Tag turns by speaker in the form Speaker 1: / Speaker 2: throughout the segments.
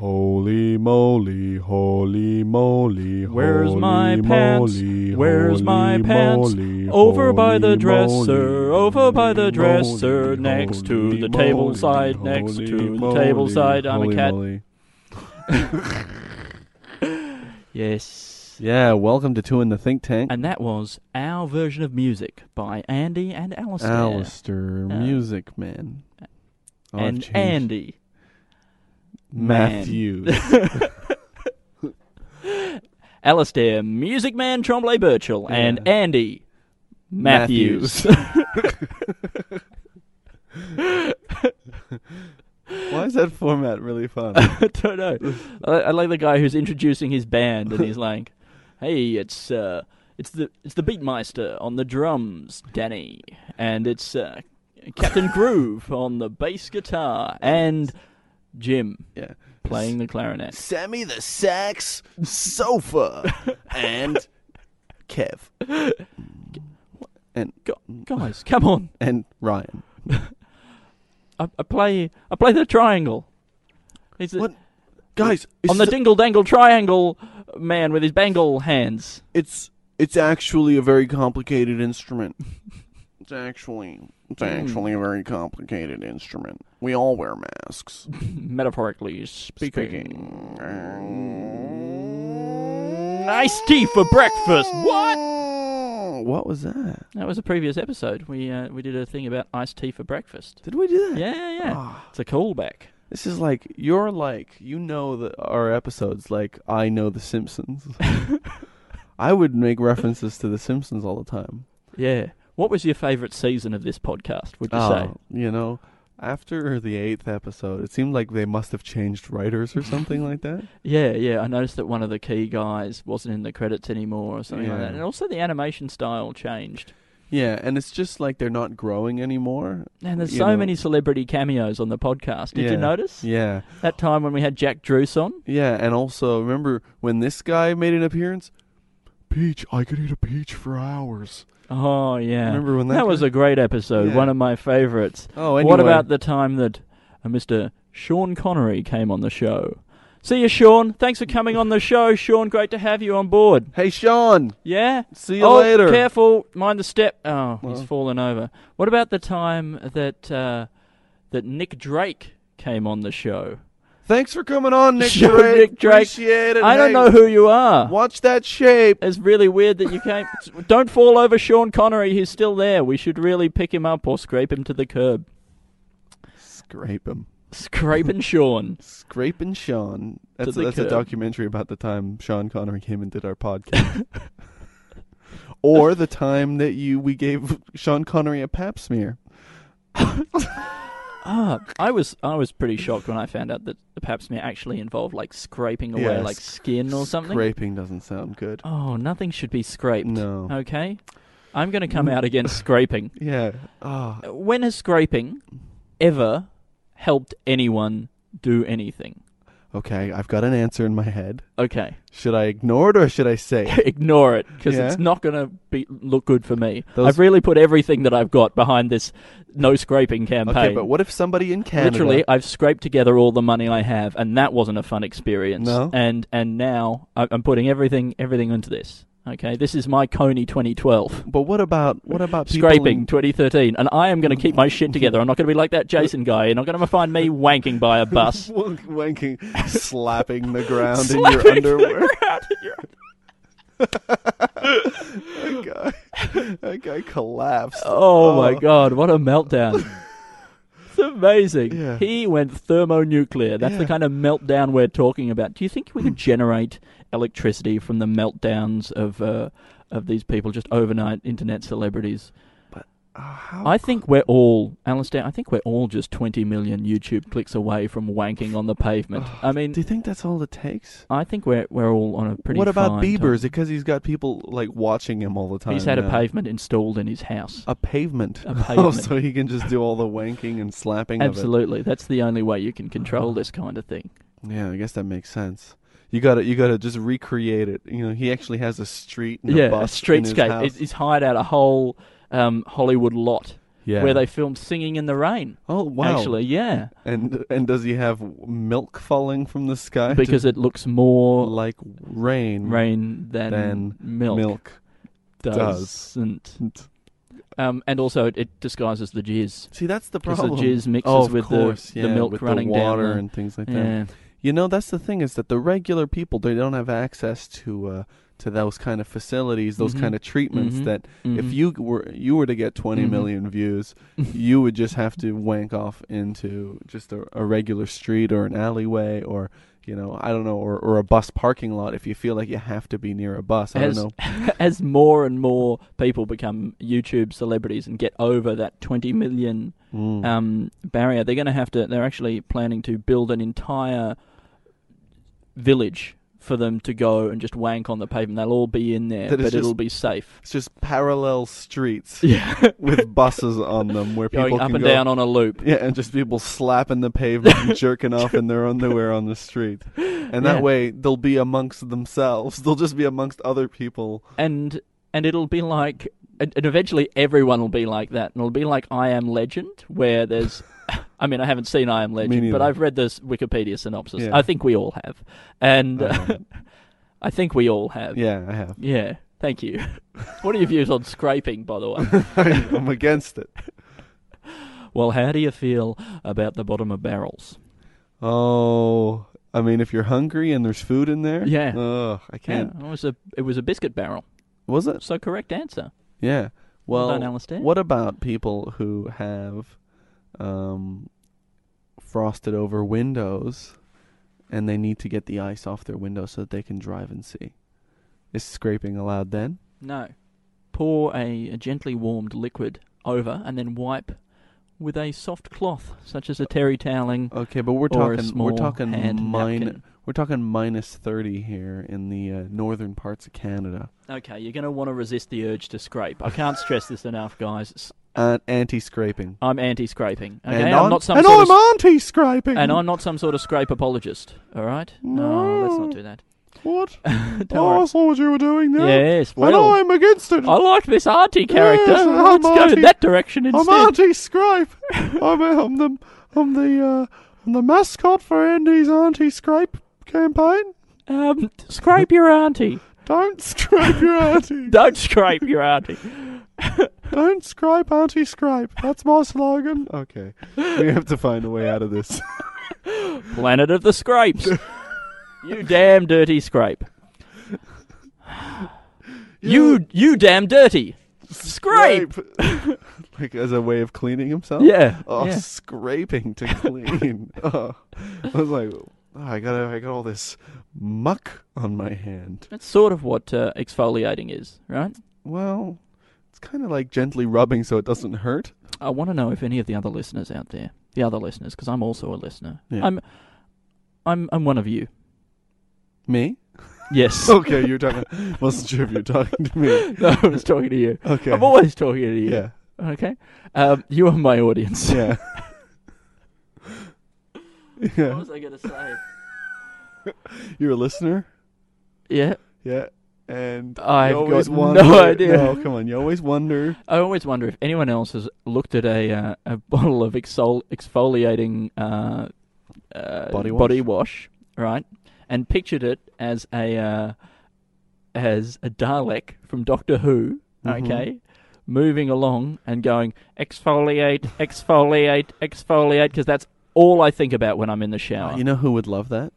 Speaker 1: Holy moly, holy moly,
Speaker 2: Where's
Speaker 1: holy
Speaker 2: my pants?
Speaker 1: moly,
Speaker 2: Where's my
Speaker 1: holy
Speaker 2: pants?
Speaker 1: moly,
Speaker 2: Over by
Speaker 1: holy
Speaker 2: the dresser,
Speaker 1: moly,
Speaker 2: over by the
Speaker 1: holy
Speaker 2: dresser,
Speaker 1: moly,
Speaker 2: next to
Speaker 1: holy
Speaker 2: the table
Speaker 1: moly,
Speaker 2: side, next
Speaker 1: holy
Speaker 2: to the
Speaker 1: moly,
Speaker 2: table side. I'm a
Speaker 1: holy
Speaker 2: cat.
Speaker 1: moly.
Speaker 2: Yes.
Speaker 1: Yeah, welcome to Two in the Think Tank.
Speaker 2: And that was our version of music by Andy and Alistair.
Speaker 1: Alistair,
Speaker 2: Yeah.
Speaker 1: Music Man. Oh, I've
Speaker 2: Uh, and
Speaker 1: changed.
Speaker 2: Andy.
Speaker 1: Matthews.
Speaker 2: Alistair, Music Man Tremblay Birchall, and
Speaker 1: Yeah.
Speaker 2: Andy Matthews.
Speaker 1: Why is that format really fun?
Speaker 2: I don't know. I, I like the guy who's introducing his band, and he's like, "Hey, it's uh, it's the it's the Beatmeister on the drums, Danny, and it's uh, Captain Groove on the bass guitar, and Jim
Speaker 1: yeah.
Speaker 2: playing the clarinet."
Speaker 1: Sammy the sax sofa and Kev and
Speaker 2: Gu- Guys, come on!
Speaker 1: and Ryan.
Speaker 2: I, I play I play the triangle. He's the-
Speaker 1: What? Guys, it's
Speaker 2: on the
Speaker 1: su-
Speaker 2: dingle dangle triangle man with his bangle hands.
Speaker 1: it's it's actually a very complicated instrument. It's actually it's actually a very complicated instrument. We all wear masks.
Speaker 2: metaphorically speaking.
Speaker 1: Speaking.
Speaker 2: Nice tea for breakfast. What?
Speaker 1: What was that?
Speaker 2: That was a previous episode. We uh, we did a thing about iced tea for breakfast.
Speaker 1: Did we do that?
Speaker 2: Yeah, yeah, yeah.
Speaker 1: Ah.
Speaker 2: It's a callback.
Speaker 1: This is like you're like you know the, our episodes like I know the Simpsons. I would make references to the Simpsons all the time.
Speaker 2: Yeah. What was your favourite season of this podcast? Would you say?
Speaker 1: Um, you know, after the eighth episode, it seemed like they must have changed writers or something like that.
Speaker 2: Yeah, yeah. I noticed that one of the key guys wasn't in the credits anymore, or something like
Speaker 1: Yeah.
Speaker 2: that. And also the animation style changed.
Speaker 1: Yeah, and it's just like they're not growing anymore.
Speaker 2: And there's
Speaker 1: You
Speaker 2: so
Speaker 1: know.
Speaker 2: many celebrity cameos on the podcast. Did
Speaker 1: Yeah.
Speaker 2: you notice
Speaker 1: Yeah,
Speaker 2: that time when we had Jack Druce on?
Speaker 1: yeah, and also remember when this guy made an appearance? Peach, I could eat a peach for hours.
Speaker 2: Oh yeah.
Speaker 1: Remember when that?
Speaker 2: that was
Speaker 1: guy-
Speaker 2: a great episode.
Speaker 1: Yeah.
Speaker 2: One of my favourites.
Speaker 1: oh, anyway.
Speaker 2: What about the time that uh, Mr. Sean Connery came on the show? See you, Sean. Thanks for coming on the show, Sean. Great to have you on board.
Speaker 1: Hey, Sean.
Speaker 2: Yeah.
Speaker 1: See you
Speaker 2: oh,
Speaker 1: later.
Speaker 2: Careful, mind the step. Oh,
Speaker 1: Well.
Speaker 2: he's fallen over. What about the time that uh, that Nick Drake came on the show?
Speaker 1: Thanks for coming on, Nick
Speaker 2: Sure,
Speaker 1: Drake.
Speaker 2: Nick Drake.
Speaker 1: Appreciate it.
Speaker 2: I don't
Speaker 1: Hey,
Speaker 2: know who you are.
Speaker 1: Watch that shape.
Speaker 2: It's really weird that you came. don't fall over, Sean Connery. He's still there. We should really pick him up or scrape him to the curb.
Speaker 1: Scrape him.
Speaker 2: Scraping Sean.
Speaker 1: Scraping Sean. That's,
Speaker 2: the
Speaker 1: a, that's a
Speaker 2: curb.
Speaker 1: documentary about the time Sean Connery came and did our podcast. or the time that you we gave Sean Connery a pap smear.
Speaker 2: Ah, I was I was pretty shocked when I found out that the pap smear actually involved like scraping away
Speaker 1: Yeah,
Speaker 2: like
Speaker 1: sc-
Speaker 2: skin or something.
Speaker 1: Scraping doesn't sound good.
Speaker 2: Oh, nothing should be scraped.
Speaker 1: No. Mm.
Speaker 2: Okay, I'm going to come out against scraping.
Speaker 1: Yeah. Ah.
Speaker 2: Uh, When has scraping ever helped anyone do anything?
Speaker 1: okay, I've got an answer in my head.
Speaker 2: Okay,
Speaker 1: Should I ignore it or should I say it?
Speaker 2: ignore it because
Speaker 1: Yeah.
Speaker 2: it's not going to be look good for me.
Speaker 1: Those-
Speaker 2: I've really put everything that I've got behind this no scraping campaign.
Speaker 1: Okay, but what if somebody in Canada
Speaker 2: Literally, I've scraped together all the money I have, and that wasn't a fun experience.
Speaker 1: No?
Speaker 2: And and now I- I'm putting everything everything into this. Okay, this is my Coney 2012.
Speaker 1: But what about what about people
Speaker 2: Scraping
Speaker 1: in-
Speaker 2: 2013, and I am going to keep my shit together. I'm not going to be like that Jason guy. You're not going to find me wanking by a bus.
Speaker 1: Wank- wanking, slapping the ground
Speaker 2: Slapping
Speaker 1: in
Speaker 2: the
Speaker 1: your underwear.
Speaker 2: ground in your-
Speaker 1: that, guy, that guy collapsed.
Speaker 2: Oh, my
Speaker 1: Oh.
Speaker 2: god, what a meltdown! it's amazing.
Speaker 1: Yeah.
Speaker 2: He went thermonuclear. That's the
Speaker 1: Yeah.
Speaker 2: kind of meltdown we're talking about. Do you think we could generate electricity from the meltdowns of uh, of these people, just overnight internet celebrities?
Speaker 1: how
Speaker 2: I think we're all, Alistair, I think we're all just 20 million YouTube clicks away from wanking on the pavement. I mean,
Speaker 1: do you think that's all it takes?
Speaker 2: I think we're we're all on a pretty.
Speaker 1: what about
Speaker 2: fine
Speaker 1: Bieber?
Speaker 2: time.
Speaker 1: Is it because he's got people like watching him all the time?
Speaker 2: He's had
Speaker 1: now?
Speaker 2: a pavement installed in his house.
Speaker 1: A pavement.
Speaker 2: A
Speaker 1: Oh,
Speaker 2: pavement.
Speaker 1: so he can just do all the wanking and slapping. of it.
Speaker 2: Absolutely, that's the only way you can control this kind of thing.
Speaker 1: Yeah, I guess that makes sense. You gotta, you gotta just recreate it. You know, he actually has a street and
Speaker 2: yeah,
Speaker 1: a
Speaker 2: a
Speaker 1: bus in his
Speaker 2: streetscape.
Speaker 1: house.
Speaker 2: He's- He's hired out a whole um, Hollywood lot
Speaker 1: yeah.
Speaker 2: where they filmed singing in the rain.
Speaker 1: Oh wow!
Speaker 2: Actually, yeah,
Speaker 1: and and does he have milk falling from the sky? to-
Speaker 2: because it looks more
Speaker 1: like rain,
Speaker 2: rain than,
Speaker 1: than
Speaker 2: milk,
Speaker 1: milk. does.
Speaker 2: doesn't. Um, and also, it, it disguises the jizz.
Speaker 1: See, that's the
Speaker 2: 'Cause the
Speaker 1: problem.
Speaker 2: jizz mixes
Speaker 1: oh, of
Speaker 2: with the-
Speaker 1: course,
Speaker 2: the
Speaker 1: yeah,
Speaker 2: milk
Speaker 1: with
Speaker 2: running
Speaker 1: the
Speaker 2: down
Speaker 1: water
Speaker 2: the-
Speaker 1: and things like that.
Speaker 2: Yeah.
Speaker 1: You know, that's the thing is that the regular people they don't have access to uh, to those kind of facilities, those
Speaker 2: Mhm.
Speaker 1: kind of treatments.
Speaker 2: Mhm.
Speaker 1: That if
Speaker 2: Mhm.
Speaker 1: you were you were to get twenty
Speaker 2: Mhm.
Speaker 1: million views, you would just have to wank off into just a, a regular street or an alleyway or you know I don't know or, or a bus parking lot if you feel like you have to be near a bus. I
Speaker 2: as,
Speaker 1: don't know.
Speaker 2: as more and more people become YouTube celebrities and get over that 20 million
Speaker 1: Mm.
Speaker 2: um, barrier, they're going to have to. They're actually planning to build an entire village for them to go and just wank on the pavement. They'll all be in there,
Speaker 1: That is
Speaker 2: but it'll
Speaker 1: just-
Speaker 2: be safe.
Speaker 1: it's just parallel streets
Speaker 2: Yeah,
Speaker 1: with buses on them where people
Speaker 2: going up
Speaker 1: can
Speaker 2: and
Speaker 1: go
Speaker 2: down on a loop.
Speaker 1: Yeah, and just people slapping the pavement and jerking off in their underwear on the street. And that
Speaker 2: Yeah.
Speaker 1: way they'll be amongst themselves. They'll just be amongst other people.
Speaker 2: and and it'll be like and and eventually everyone will be like that and it'll be like i am legend where there's i mean i haven't seen i am legend but
Speaker 1: neither.
Speaker 2: i've read this wikipedia synopsis
Speaker 1: Yeah.
Speaker 2: i think we all have and
Speaker 1: Um,
Speaker 2: i think we all have
Speaker 1: Yeah, I have.
Speaker 2: Yeah, thank you what are your views on scraping by the way
Speaker 1: I'm against it.
Speaker 2: well how do you feel about the bottom of barrels
Speaker 1: Oh, I mean, if you're hungry and there's food in there,
Speaker 2: Yeah.
Speaker 1: Ugh, I can't.
Speaker 2: yeah, it was a it was a biscuit barrel
Speaker 1: Was it?
Speaker 2: so correct answer
Speaker 1: Yeah. Well,
Speaker 2: Well done, Alistair.
Speaker 1: what about people who have um, frosted over windows and they need to get the ice off their window so that they can drive and see? Is scraping allowed then?
Speaker 2: no pour a, a gently warmed liquid over and then wipe with a soft cloth such as a terry toweling
Speaker 1: Okay, but we're
Speaker 2: or a
Speaker 1: talking we're
Speaker 2: small
Speaker 1: talking
Speaker 2: hand
Speaker 1: min-
Speaker 2: napkin.
Speaker 1: we're talking minus 30 here in the uh, northern parts of Canada.
Speaker 2: Okay, you're going to want to resist the urge to scrape. I can't stress this enough, guys. S-
Speaker 1: Uh, anti-scraping.
Speaker 2: I'm anti-scraping. Okay,
Speaker 1: and
Speaker 2: I'm
Speaker 1: I'm-
Speaker 2: not some
Speaker 1: and
Speaker 2: sort
Speaker 1: I'm
Speaker 2: of,
Speaker 1: anti-scraping.
Speaker 2: and I'm not some sort of scrape apologist. All right? No, let's not do that.
Speaker 1: What?
Speaker 2: Don't
Speaker 1: oh, I
Speaker 2: worry.
Speaker 1: saw what you were doing there.
Speaker 2: Yes,
Speaker 1: And
Speaker 2: well.
Speaker 1: I'm against it.
Speaker 2: I like this auntie character.
Speaker 1: Yes, I'm
Speaker 2: Let's go
Speaker 1: auntie.
Speaker 2: in that direction
Speaker 1: I'm
Speaker 2: instead.
Speaker 1: anti-scrape. I'm, I'm the I'm the uh, I'm the mascot for Andy's anti-scrape campaign.
Speaker 2: Um, scrape your auntie.
Speaker 1: Don't scrape your auntie.
Speaker 2: Don't scrape your auntie.
Speaker 1: Don't scrape anti-scrape. That's my slogan. Okay, we have to find a way out of this.
Speaker 2: Planet of the Scrapes. you damn dirty scrape. You you damn dirty. Scrape.
Speaker 1: Scrape. like as a way of cleaning himself.
Speaker 2: Yeah.
Speaker 1: Oh,
Speaker 2: yeah.
Speaker 1: scraping to clean. oh, I was like, oh, I got I got all this muck on my hand.
Speaker 2: That's sort of what uh, exfoliating is, right?
Speaker 1: Well, it's kind of like gently rubbing so it doesn't hurt.
Speaker 2: I want to know if any of the other listeners out there, the other listeners, because I'm also a listener.
Speaker 1: Yeah.
Speaker 2: I'm, I'm, I'm one of you.
Speaker 1: Me?
Speaker 2: Yes.
Speaker 1: Okay, you're talking. wasn't sure if you're talking to me.
Speaker 2: no, I was talking to you.
Speaker 1: Okay.
Speaker 2: I'm always talking to you.
Speaker 1: yeah.
Speaker 2: Okay. Um, you are my audience.
Speaker 1: Yeah.
Speaker 2: what
Speaker 1: yeah.
Speaker 2: was I gonna say?
Speaker 1: You're a listener.
Speaker 2: Yeah.
Speaker 1: Yeah. And
Speaker 2: I've
Speaker 1: you always
Speaker 2: got
Speaker 1: wonder.
Speaker 2: no idea.
Speaker 1: No, come on. You always wonder.
Speaker 2: I always wonder if anyone else has looked at a uh, a bottle of exfol- exfoliating uh, uh,
Speaker 1: Body wash?
Speaker 2: wash, right, and pictured it as a uh, as a Dalek from Doctor Who,
Speaker 1: Mhm.
Speaker 2: okay, moving along and going exfoliate, exfoliate, exfoliate, because that's all I think about when I'm in the shower.
Speaker 1: Mm-hmm. Uh, You know who would love that?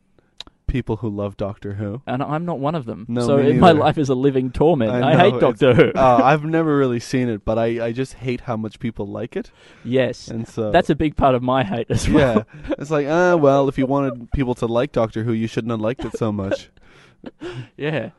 Speaker 1: People who love Doctor Who.
Speaker 2: and I'm not one of them,
Speaker 1: No,
Speaker 2: so
Speaker 1: me
Speaker 2: it- my
Speaker 1: neither.
Speaker 2: life is a living torment. I,
Speaker 1: know,
Speaker 2: hate
Speaker 1: it's-
Speaker 2: Doctor Who.
Speaker 1: uh, I've never really seen it, but I, I just hate how much people like it,
Speaker 2: yes,
Speaker 1: and so
Speaker 2: that's a big part of my hate as well.
Speaker 1: yeah. It's like ah, well, if you wanted people to like Doctor Who, you shouldn't have liked it so much.
Speaker 2: yeah.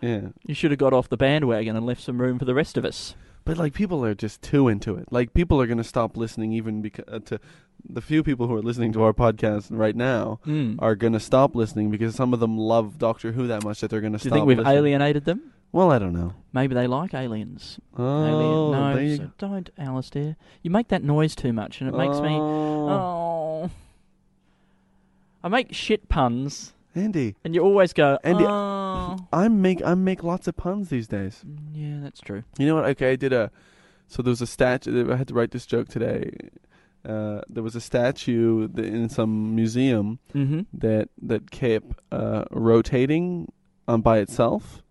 Speaker 1: Yeah.
Speaker 2: You should have got off the bandwagon and left some room for the rest of us.
Speaker 1: But like people are just too into it. Like people are going to stop listening even because uh, to the few people who are listening to our podcast right now
Speaker 2: Mm.
Speaker 1: are going to stop listening because some of them love Doctor Who that much that they're going to
Speaker 2: Do you
Speaker 1: stop.
Speaker 2: think we've
Speaker 1: listening.
Speaker 2: alienated them?
Speaker 1: Well, I don't know.
Speaker 2: Maybe they like aliens.
Speaker 1: Oh,
Speaker 2: Alien. No,
Speaker 1: there you
Speaker 2: so don't, Alice dear. You make that noise too much, and it makes me.
Speaker 1: Oh.
Speaker 2: Oh. I make shit puns,
Speaker 1: Andy,
Speaker 2: and you always go.
Speaker 1: Andy-
Speaker 2: oh.
Speaker 1: I make I make lots of puns these days.
Speaker 2: Yeah, that's true.
Speaker 1: You know what? Okay, I did a. So there was a statue. I had to write this joke today. Uh, there was a statue th- in some museum
Speaker 2: Mm-hmm.
Speaker 1: that that kept uh, rotating on by itself,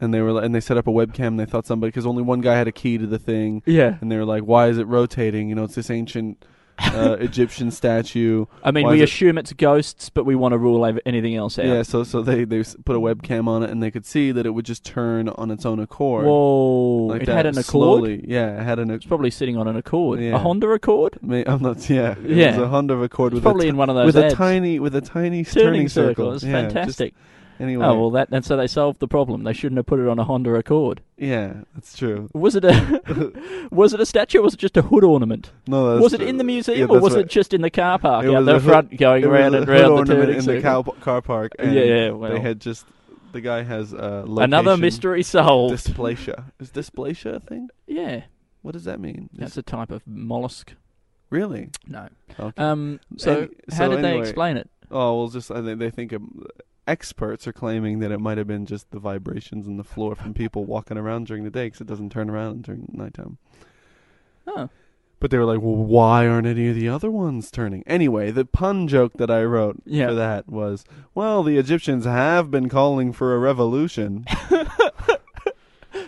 Speaker 1: and they were li- and they set up a webcam. and They thought somebody because only one guy had a key to the thing,
Speaker 2: Yeah.
Speaker 1: and they were like, "Why is it rotating? You know, it's this ancient uh, Egyptian statue."
Speaker 2: I mean,
Speaker 1: Why
Speaker 2: we
Speaker 1: is it-
Speaker 2: assume it's ghosts, but we want to rule over anything else out.
Speaker 1: Yeah. so so they they s- put a webcam on it, and they could see that it would just turn on its own accord.
Speaker 2: Whoa!
Speaker 1: Like
Speaker 2: it
Speaker 1: that,
Speaker 2: had an accord.
Speaker 1: Slowly. Yeah, it had an
Speaker 2: It's probably sitting on an accord.
Speaker 1: Yeah.
Speaker 2: A Honda Accord.
Speaker 1: Ma- I'm not. Yeah, it
Speaker 2: Yeah.
Speaker 1: was a Honda Accord
Speaker 2: It's
Speaker 1: with
Speaker 2: probably
Speaker 1: a
Speaker 2: in one of
Speaker 1: t-
Speaker 2: those
Speaker 1: with a
Speaker 2: ads.
Speaker 1: tiny with a tiny
Speaker 2: turning,
Speaker 1: circle.
Speaker 2: circle. It's
Speaker 1: Yeah, just-
Speaker 2: fantastic.
Speaker 1: anyway,
Speaker 2: Oh well, that and so they solved the problem. They shouldn't have put it on a Honda Accord.
Speaker 1: yeah, that's true.
Speaker 2: Was it a was it a statue? or Was it just a hood ornament?
Speaker 1: No, that's
Speaker 2: was it
Speaker 1: true.
Speaker 2: in the museum
Speaker 1: uh, Yeah,
Speaker 2: or
Speaker 1: that's
Speaker 2: was
Speaker 1: right.
Speaker 2: it just in the car park
Speaker 1: It
Speaker 2: out
Speaker 1: was
Speaker 2: the
Speaker 1: a hood-
Speaker 2: front, going
Speaker 1: It was
Speaker 2: round
Speaker 1: a
Speaker 2: and
Speaker 1: hood
Speaker 2: round the
Speaker 1: ornament
Speaker 2: turning
Speaker 1: in
Speaker 2: circle?
Speaker 1: the cow, car park?
Speaker 2: yeah,
Speaker 1: And
Speaker 2: yeah. Well,
Speaker 1: they had just the guy has uh, location
Speaker 2: another mystery solved.
Speaker 1: dysplasia. Is dysplasia a thing?
Speaker 2: yeah,
Speaker 1: What does that mean? Is-
Speaker 2: that's a type of mollusk.
Speaker 1: really?
Speaker 2: No.
Speaker 1: Okay.
Speaker 2: Um. So
Speaker 1: Any-
Speaker 2: how
Speaker 1: so
Speaker 2: did they
Speaker 1: anyway-
Speaker 2: explain it?
Speaker 1: oh well, just I think they think um, experts are claiming that it might have been just the vibrations in the floor from people walking around during the day because it doesn't turn around during nighttime.
Speaker 2: Oh.
Speaker 1: But they were like, well, why aren't any of the other ones turning? Anyway, the pun joke that I wrote
Speaker 2: Yeah.
Speaker 1: for that was, well, the Egyptians have been calling for a revolution.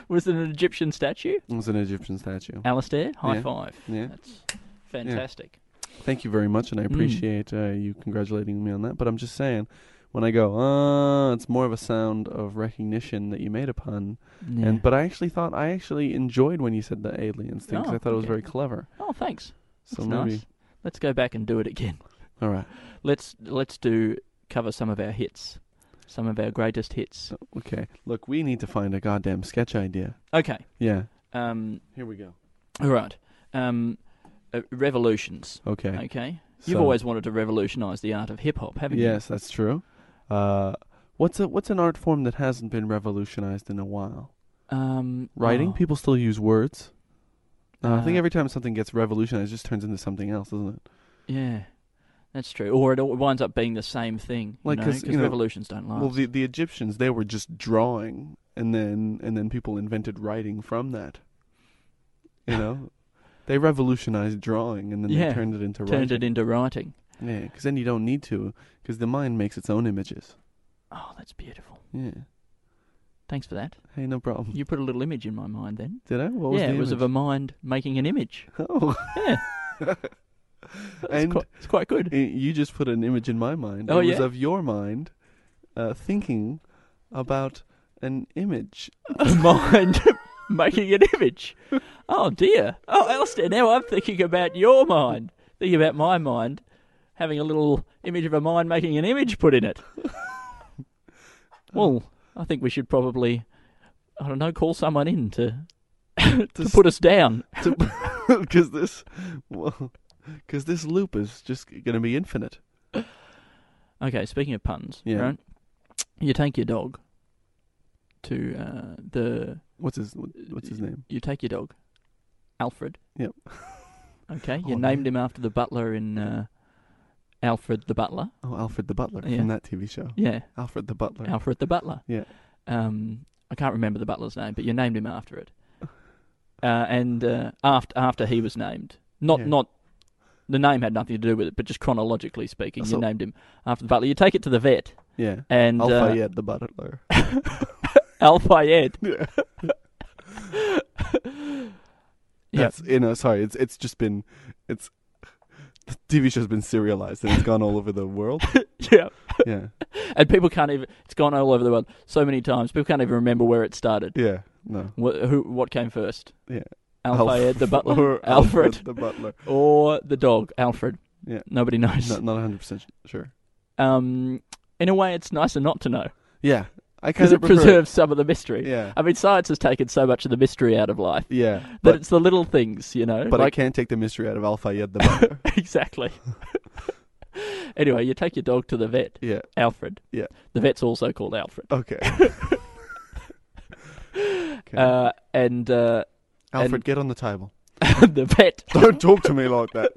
Speaker 2: Was it an Egyptian statue?
Speaker 1: it was an Egyptian statue.
Speaker 2: Alistair, high
Speaker 1: Yeah.
Speaker 2: five.
Speaker 1: Yeah.
Speaker 2: That's fantastic.
Speaker 1: Thank you very much, and I
Speaker 2: Mm.
Speaker 1: appreciate uh, you congratulating me on that. But I'm just saying, when I go, uh, it's more of a sound of recognition that you made a pun.
Speaker 2: Yeah.
Speaker 1: And but I actually thought I actually enjoyed when you said the aliens thing 'cause
Speaker 2: Oh,
Speaker 1: I thought it was
Speaker 2: okay.
Speaker 1: very clever.
Speaker 2: oh, thanks.
Speaker 1: So
Speaker 2: That's
Speaker 1: maybe
Speaker 2: nice. Let's go back and do it again.
Speaker 1: all right,
Speaker 2: Let's let's do cover some of our hits, some of our greatest hits.
Speaker 1: okay. Look, we need to find a goddamn sketch idea.
Speaker 2: Okay.
Speaker 1: Yeah,
Speaker 2: Um.
Speaker 1: here we go.
Speaker 2: All right. Um. uh, revolutions.
Speaker 1: Okay.
Speaker 2: Okay. You've
Speaker 1: so-
Speaker 2: always wanted to revolutionise the art of hip hop, haven't you?
Speaker 1: Yes, that's true. Uh, what's a what's an art form that hasn't been revolutionized in a while?
Speaker 2: Um.
Speaker 1: Writing.
Speaker 2: oh,
Speaker 1: People still use words. Uh, I think
Speaker 2: Uh,
Speaker 1: every time something gets revolutionized, it just turns into something else, doesn't it?
Speaker 2: Yeah. That's true. Or it all winds up being the same thing.
Speaker 1: Like,
Speaker 2: because
Speaker 1: 'cause, you know,
Speaker 2: revolutions don't last.
Speaker 1: Well, the the Egyptians they were just drawing, and then and then people invented writing from that. You know, they revolutionized drawing, and then
Speaker 2: Yeah,
Speaker 1: they turned it into
Speaker 2: Turned it
Speaker 1: writing.
Speaker 2: into writing.
Speaker 1: Yeah, because then you don't need to, because the mind makes its own images.
Speaker 2: Oh, that's beautiful.
Speaker 1: Yeah.
Speaker 2: Thanks for that.
Speaker 1: Hey, no problem.
Speaker 2: You put a little image in my mind then.
Speaker 1: Did I? What was
Speaker 2: yeah,
Speaker 1: the
Speaker 2: it was of a
Speaker 1: image?
Speaker 2: mind making an image.
Speaker 1: Oh.
Speaker 2: Yeah. It's
Speaker 1: And-
Speaker 2: quite, it's quite good.
Speaker 1: I- You just put an image in my mind.
Speaker 2: Oh,
Speaker 1: it was
Speaker 2: yeah?
Speaker 1: of your mind uh, thinking about an image.
Speaker 2: mind making an image. Oh dear. Oh, Alistair, now I'm thinking about your mind. Thinking about my mind having a little image of a mind making an image put in it. Well, I think we should probably, I don't know, call someone in to, to
Speaker 1: s-
Speaker 2: put us down.
Speaker 1: Because this, well, 'cause this loop is just going to be infinite.
Speaker 2: Okay, speaking of puns,
Speaker 1: Yeah.
Speaker 2: right? You take your dog to uh, the
Speaker 1: What's his what- What's his name?
Speaker 2: You take your dog, Alfred.
Speaker 1: Yep.
Speaker 2: Okay, you
Speaker 1: Oh,
Speaker 2: named him after the butler in uh, Alfred the Butler.
Speaker 1: Oh, Alfred the Butler
Speaker 2: Yeah.
Speaker 1: from that TV show.
Speaker 2: Yeah,
Speaker 1: Alfred the Butler.
Speaker 2: Alfred the Butler.
Speaker 1: Yeah.
Speaker 2: Um, I can't remember the butler's name, but you named him after it. Uh, and uh, after after he was named, not
Speaker 1: Yeah.
Speaker 2: not the name had nothing to do with it, but just chronologically speaking,
Speaker 1: So-
Speaker 2: you named him after the butler. You take it to the vet,
Speaker 1: yeah.
Speaker 2: and
Speaker 1: Al
Speaker 2: uh,
Speaker 1: Fayed the Butler.
Speaker 2: Al Fayed.
Speaker 1: Yeah.
Speaker 2: Yeah.
Speaker 1: That's you know sorry it's it's just been it's the TV show's been serialized and it's gone all over the world.
Speaker 2: Yeah.
Speaker 1: Yeah.
Speaker 2: And people can't even. It's gone all over the world so many times. People can't even remember where it started.
Speaker 1: Yeah. No.
Speaker 2: What, who? What came first?
Speaker 1: Yeah.
Speaker 2: Al
Speaker 1: Alf-
Speaker 2: Fayed the butler,
Speaker 1: or
Speaker 2: Alfred,
Speaker 1: the butler.
Speaker 2: or the dog, Alfred.
Speaker 1: Yeah.
Speaker 2: Nobody knows.
Speaker 1: Not not 100 percent sure.
Speaker 2: Um, in a way, it's nicer not to know.
Speaker 1: Yeah, I
Speaker 2: because
Speaker 1: kind
Speaker 2: it
Speaker 1: of
Speaker 2: preserves some of the mystery.
Speaker 1: Yeah.
Speaker 2: I mean, science has taken so much of the mystery out of life
Speaker 1: Yeah,
Speaker 2: that
Speaker 1: but
Speaker 2: it's the little things, you know.
Speaker 1: but
Speaker 2: like,
Speaker 1: I can't take the mystery out of Al Fayed the murder.
Speaker 2: exactly. anyway, you take your dog to the vet,
Speaker 1: yeah.
Speaker 2: Alfred.
Speaker 1: Yeah.
Speaker 2: The vet's also called Alfred.
Speaker 1: Okay. Okay.
Speaker 2: Uh, and uh,
Speaker 1: Alfred,
Speaker 2: and-
Speaker 1: get on the table.
Speaker 2: the vet
Speaker 1: Don't talk to me like that.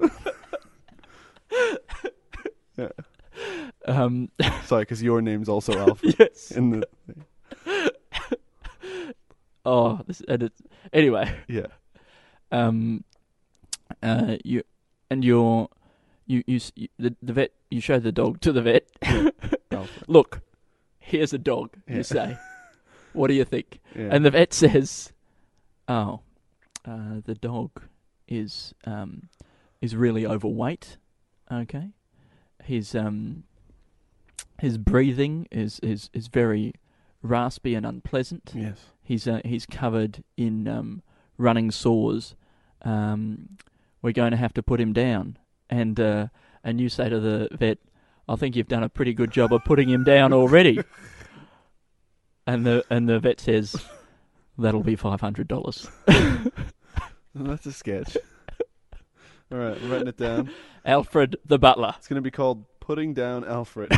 Speaker 2: um,
Speaker 1: Sorry, because your name's also Alfred.
Speaker 2: yes.
Speaker 1: In the
Speaker 2: Oh, this, and it, anyway,
Speaker 1: yeah,
Speaker 2: um, uh, you and your you you, s- you the, the vet you show the dog to the vet.
Speaker 1: Alfred.
Speaker 2: Look, here's a dog.
Speaker 1: Yeah.
Speaker 2: You say, what do you think?
Speaker 1: Yeah.
Speaker 2: And the vet says, oh, uh, the dog is um is really overweight. Okay, his um his breathing is is is very raspy and unpleasant.
Speaker 1: yes.
Speaker 2: He's uh, he's covered in um, running sores. Um, we're going to have to put him down. And uh, and you say to the vet, "I think you've done a pretty good job of putting him down already." and the and the vet says, "That'll be five hundred dollars."
Speaker 1: Oh, That's a sketch. All right, I'm writing it down.
Speaker 2: Alfred the butler,
Speaker 1: It's gonna be called "Putting Down Alfred."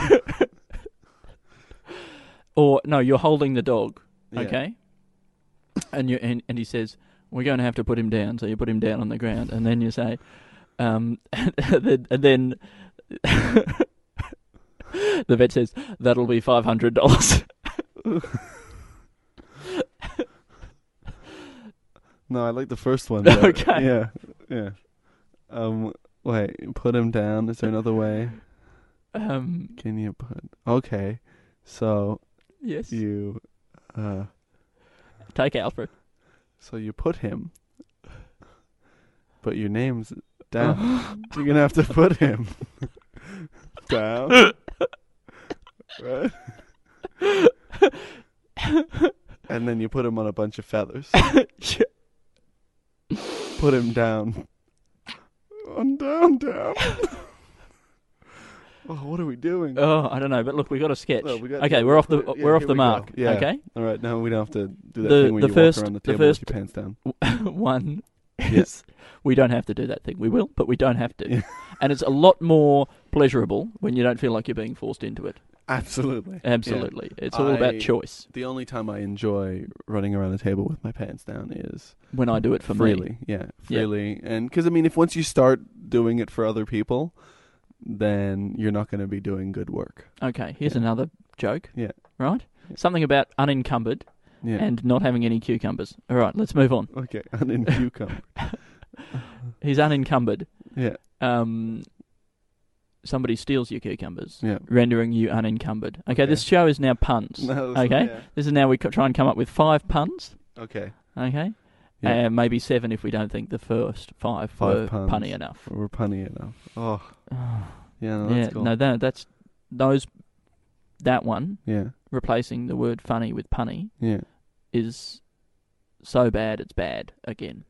Speaker 2: or no, you're holding the dog,
Speaker 1: Yeah.
Speaker 2: okay? And you and, and he says, "We're going to have to put him down." So you put him down on the ground, and then you say, um, and then, and then the vet says, "That'll be five hundred dollars."
Speaker 1: No, I like the first one. better.
Speaker 2: Okay.
Speaker 1: Yeah, yeah. Um, wait. Put him down. Is there another way?
Speaker 2: Um,
Speaker 1: Can you put? Okay. So
Speaker 2: yes,
Speaker 1: you, uh,
Speaker 2: take Alfred.
Speaker 1: so you put him, but your name's down. You're gonna have to put him down, right? and then you put him on a bunch of feathers. Put him down. On down, down. oh, what are we doing?
Speaker 2: Oh, I don't know, but look, we got a sketch.
Speaker 1: Well, we got-
Speaker 2: okay,
Speaker 1: yeah,
Speaker 2: we're off the
Speaker 1: yeah,
Speaker 2: we're off
Speaker 1: here
Speaker 2: the
Speaker 1: we go.
Speaker 2: mark.
Speaker 1: Yeah.
Speaker 2: Okay,
Speaker 1: All right, now we don't have to do that
Speaker 2: The-
Speaker 1: thing where
Speaker 2: the
Speaker 1: you
Speaker 2: first-
Speaker 1: walk around the
Speaker 2: the
Speaker 1: table
Speaker 2: first-
Speaker 1: with your pants down.
Speaker 2: one
Speaker 1: Yeah.
Speaker 2: is we don't have to do that thing. We will, but we don't have to.
Speaker 1: Yeah.
Speaker 2: And it's a lot more pleasurable when you don't feel like you're being forced into it.
Speaker 1: Absolutely.
Speaker 2: Absolutely, it's all
Speaker 1: I-
Speaker 2: about choice.
Speaker 1: The only time I enjoy running around the table with my pants down is
Speaker 2: When I do it for
Speaker 1: freely.
Speaker 2: me,
Speaker 1: Yeah,
Speaker 2: Yeah.
Speaker 1: freely. And because, I mean, if once you start doing it for other people, then you're not going to be doing good work.
Speaker 2: okay. Here's
Speaker 1: Yeah.
Speaker 2: another joke.
Speaker 1: Yeah.
Speaker 2: Right.
Speaker 1: Yeah.
Speaker 2: Something about unencumbered
Speaker 1: Yeah.
Speaker 2: and not having any cucumbers. All right, let's move on.
Speaker 1: okay. And then cucumber.
Speaker 2: He's unencumbered.
Speaker 1: yeah.
Speaker 2: Um, somebody steals your cucumbers,
Speaker 1: Yeah.
Speaker 2: rendering you unencumbered. Okay,
Speaker 1: Okay.
Speaker 2: this show is now puns.
Speaker 1: No, that's
Speaker 2: okay,
Speaker 1: not- yeah.
Speaker 2: this is now we co- try and come up with five puns.
Speaker 1: Okay.
Speaker 2: Okay.
Speaker 1: Yeah.
Speaker 2: Uh, maybe seven if we don't think the first five,
Speaker 1: Five
Speaker 2: were
Speaker 1: puns.
Speaker 2: punny enough.
Speaker 1: We're punny enough. Oh, yeah. No,
Speaker 2: yeah,
Speaker 1: that's cool.
Speaker 2: no, that, that's those. That one
Speaker 1: yeah.
Speaker 2: replacing the word funny with punny
Speaker 1: Yeah.
Speaker 2: is so bad it's bad again.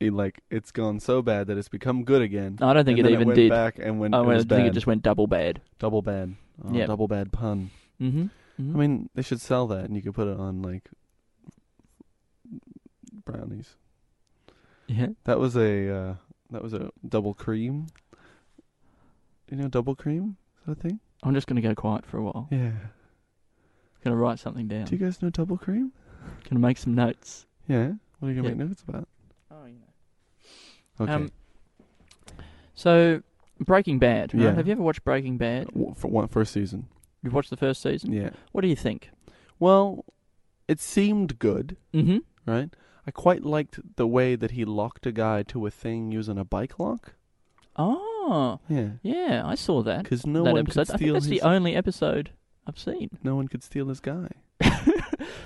Speaker 1: It, like it's gone so bad that it's become good again.
Speaker 2: No, I don't think
Speaker 1: And
Speaker 2: it
Speaker 1: then
Speaker 2: even
Speaker 1: went
Speaker 2: did.
Speaker 1: Back and went.
Speaker 2: Oh,
Speaker 1: it
Speaker 2: well, I
Speaker 1: was
Speaker 2: think it
Speaker 1: bad.
Speaker 2: just went double bad.
Speaker 1: double bad. Oh,
Speaker 2: Yeah.
Speaker 1: Double bad pun.
Speaker 2: Mm-hmm.
Speaker 1: I mean, they should sell that, and you could put it on like brownies.
Speaker 2: yeah.
Speaker 1: That was a uh, that was a double cream. You know, double cream. Is that a thing?
Speaker 2: I'm just gonna go quiet for a while.
Speaker 1: Yeah.
Speaker 2: Gonna write something down.
Speaker 1: Do you guys know double cream?
Speaker 2: Gonna make some notes.
Speaker 1: Yeah. What are you gonna
Speaker 2: Yeah.
Speaker 1: make notes about?
Speaker 2: Oh, you know.
Speaker 1: Okay.
Speaker 2: Um, so Breaking Bad. Right?
Speaker 1: Yeah.
Speaker 2: Have you ever watched Breaking Bad?
Speaker 1: W- for one first season.
Speaker 2: You've watched the first season.
Speaker 1: Yeah.
Speaker 2: What do you think?
Speaker 1: Well, it seemed good,
Speaker 2: Mm-hmm.
Speaker 1: right? I quite liked the way that he locked a guy to a thing using a bike lock.
Speaker 2: Oh,
Speaker 1: Yeah.
Speaker 2: yeah, I saw that.
Speaker 1: Because no
Speaker 2: that
Speaker 1: one could
Speaker 2: episode. I think
Speaker 1: steal
Speaker 2: that's
Speaker 1: his.
Speaker 2: the only episode I've seen.
Speaker 1: no one could steal his guy.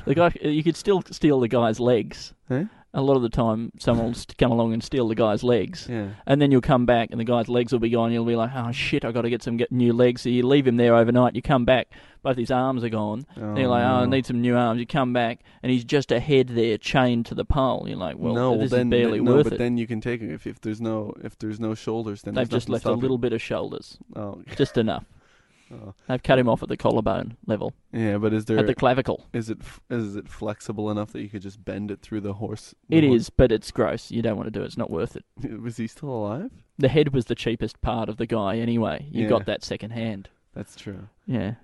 Speaker 2: The guy, you could still steal the guy's legs.
Speaker 1: Eh?
Speaker 2: A lot of the time, someone will st- come along and steal the guy's legs,
Speaker 1: Yeah.
Speaker 2: and then you'll come back and the guy's legs will be gone. You'll be like, oh shit, I got to get some get new legs. So you leave him there overnight. You come back, both his arms are gone.
Speaker 1: Oh,
Speaker 2: and you're like, oh, I
Speaker 1: no.
Speaker 2: need some new arms. You come back, and he's just a head there, chained to the pole. You're like, well,
Speaker 1: no,
Speaker 2: this
Speaker 1: then
Speaker 2: is barely
Speaker 1: no,
Speaker 2: worth
Speaker 1: but
Speaker 2: it.
Speaker 1: then you can take it if, if there's no if there's no shoulders. Then
Speaker 2: They've
Speaker 1: there's
Speaker 2: just
Speaker 1: nothing
Speaker 2: left a
Speaker 1: stopping-
Speaker 2: little bit of shoulders,
Speaker 1: Oh,
Speaker 2: just enough. I've cut him off at the collarbone level,
Speaker 1: Yeah, but is there
Speaker 2: at the clavicle.
Speaker 1: is it f- is it flexible enough that you could just bend it through the horse?
Speaker 2: It
Speaker 1: the
Speaker 2: is, but it's gross. You don't want to do it. It's not worth it.
Speaker 1: horse- Was he still alive?
Speaker 2: The head was the cheapest part of the guy anyway. You
Speaker 1: Yeah.
Speaker 2: got that second hand.
Speaker 1: That's true.
Speaker 2: Yeah.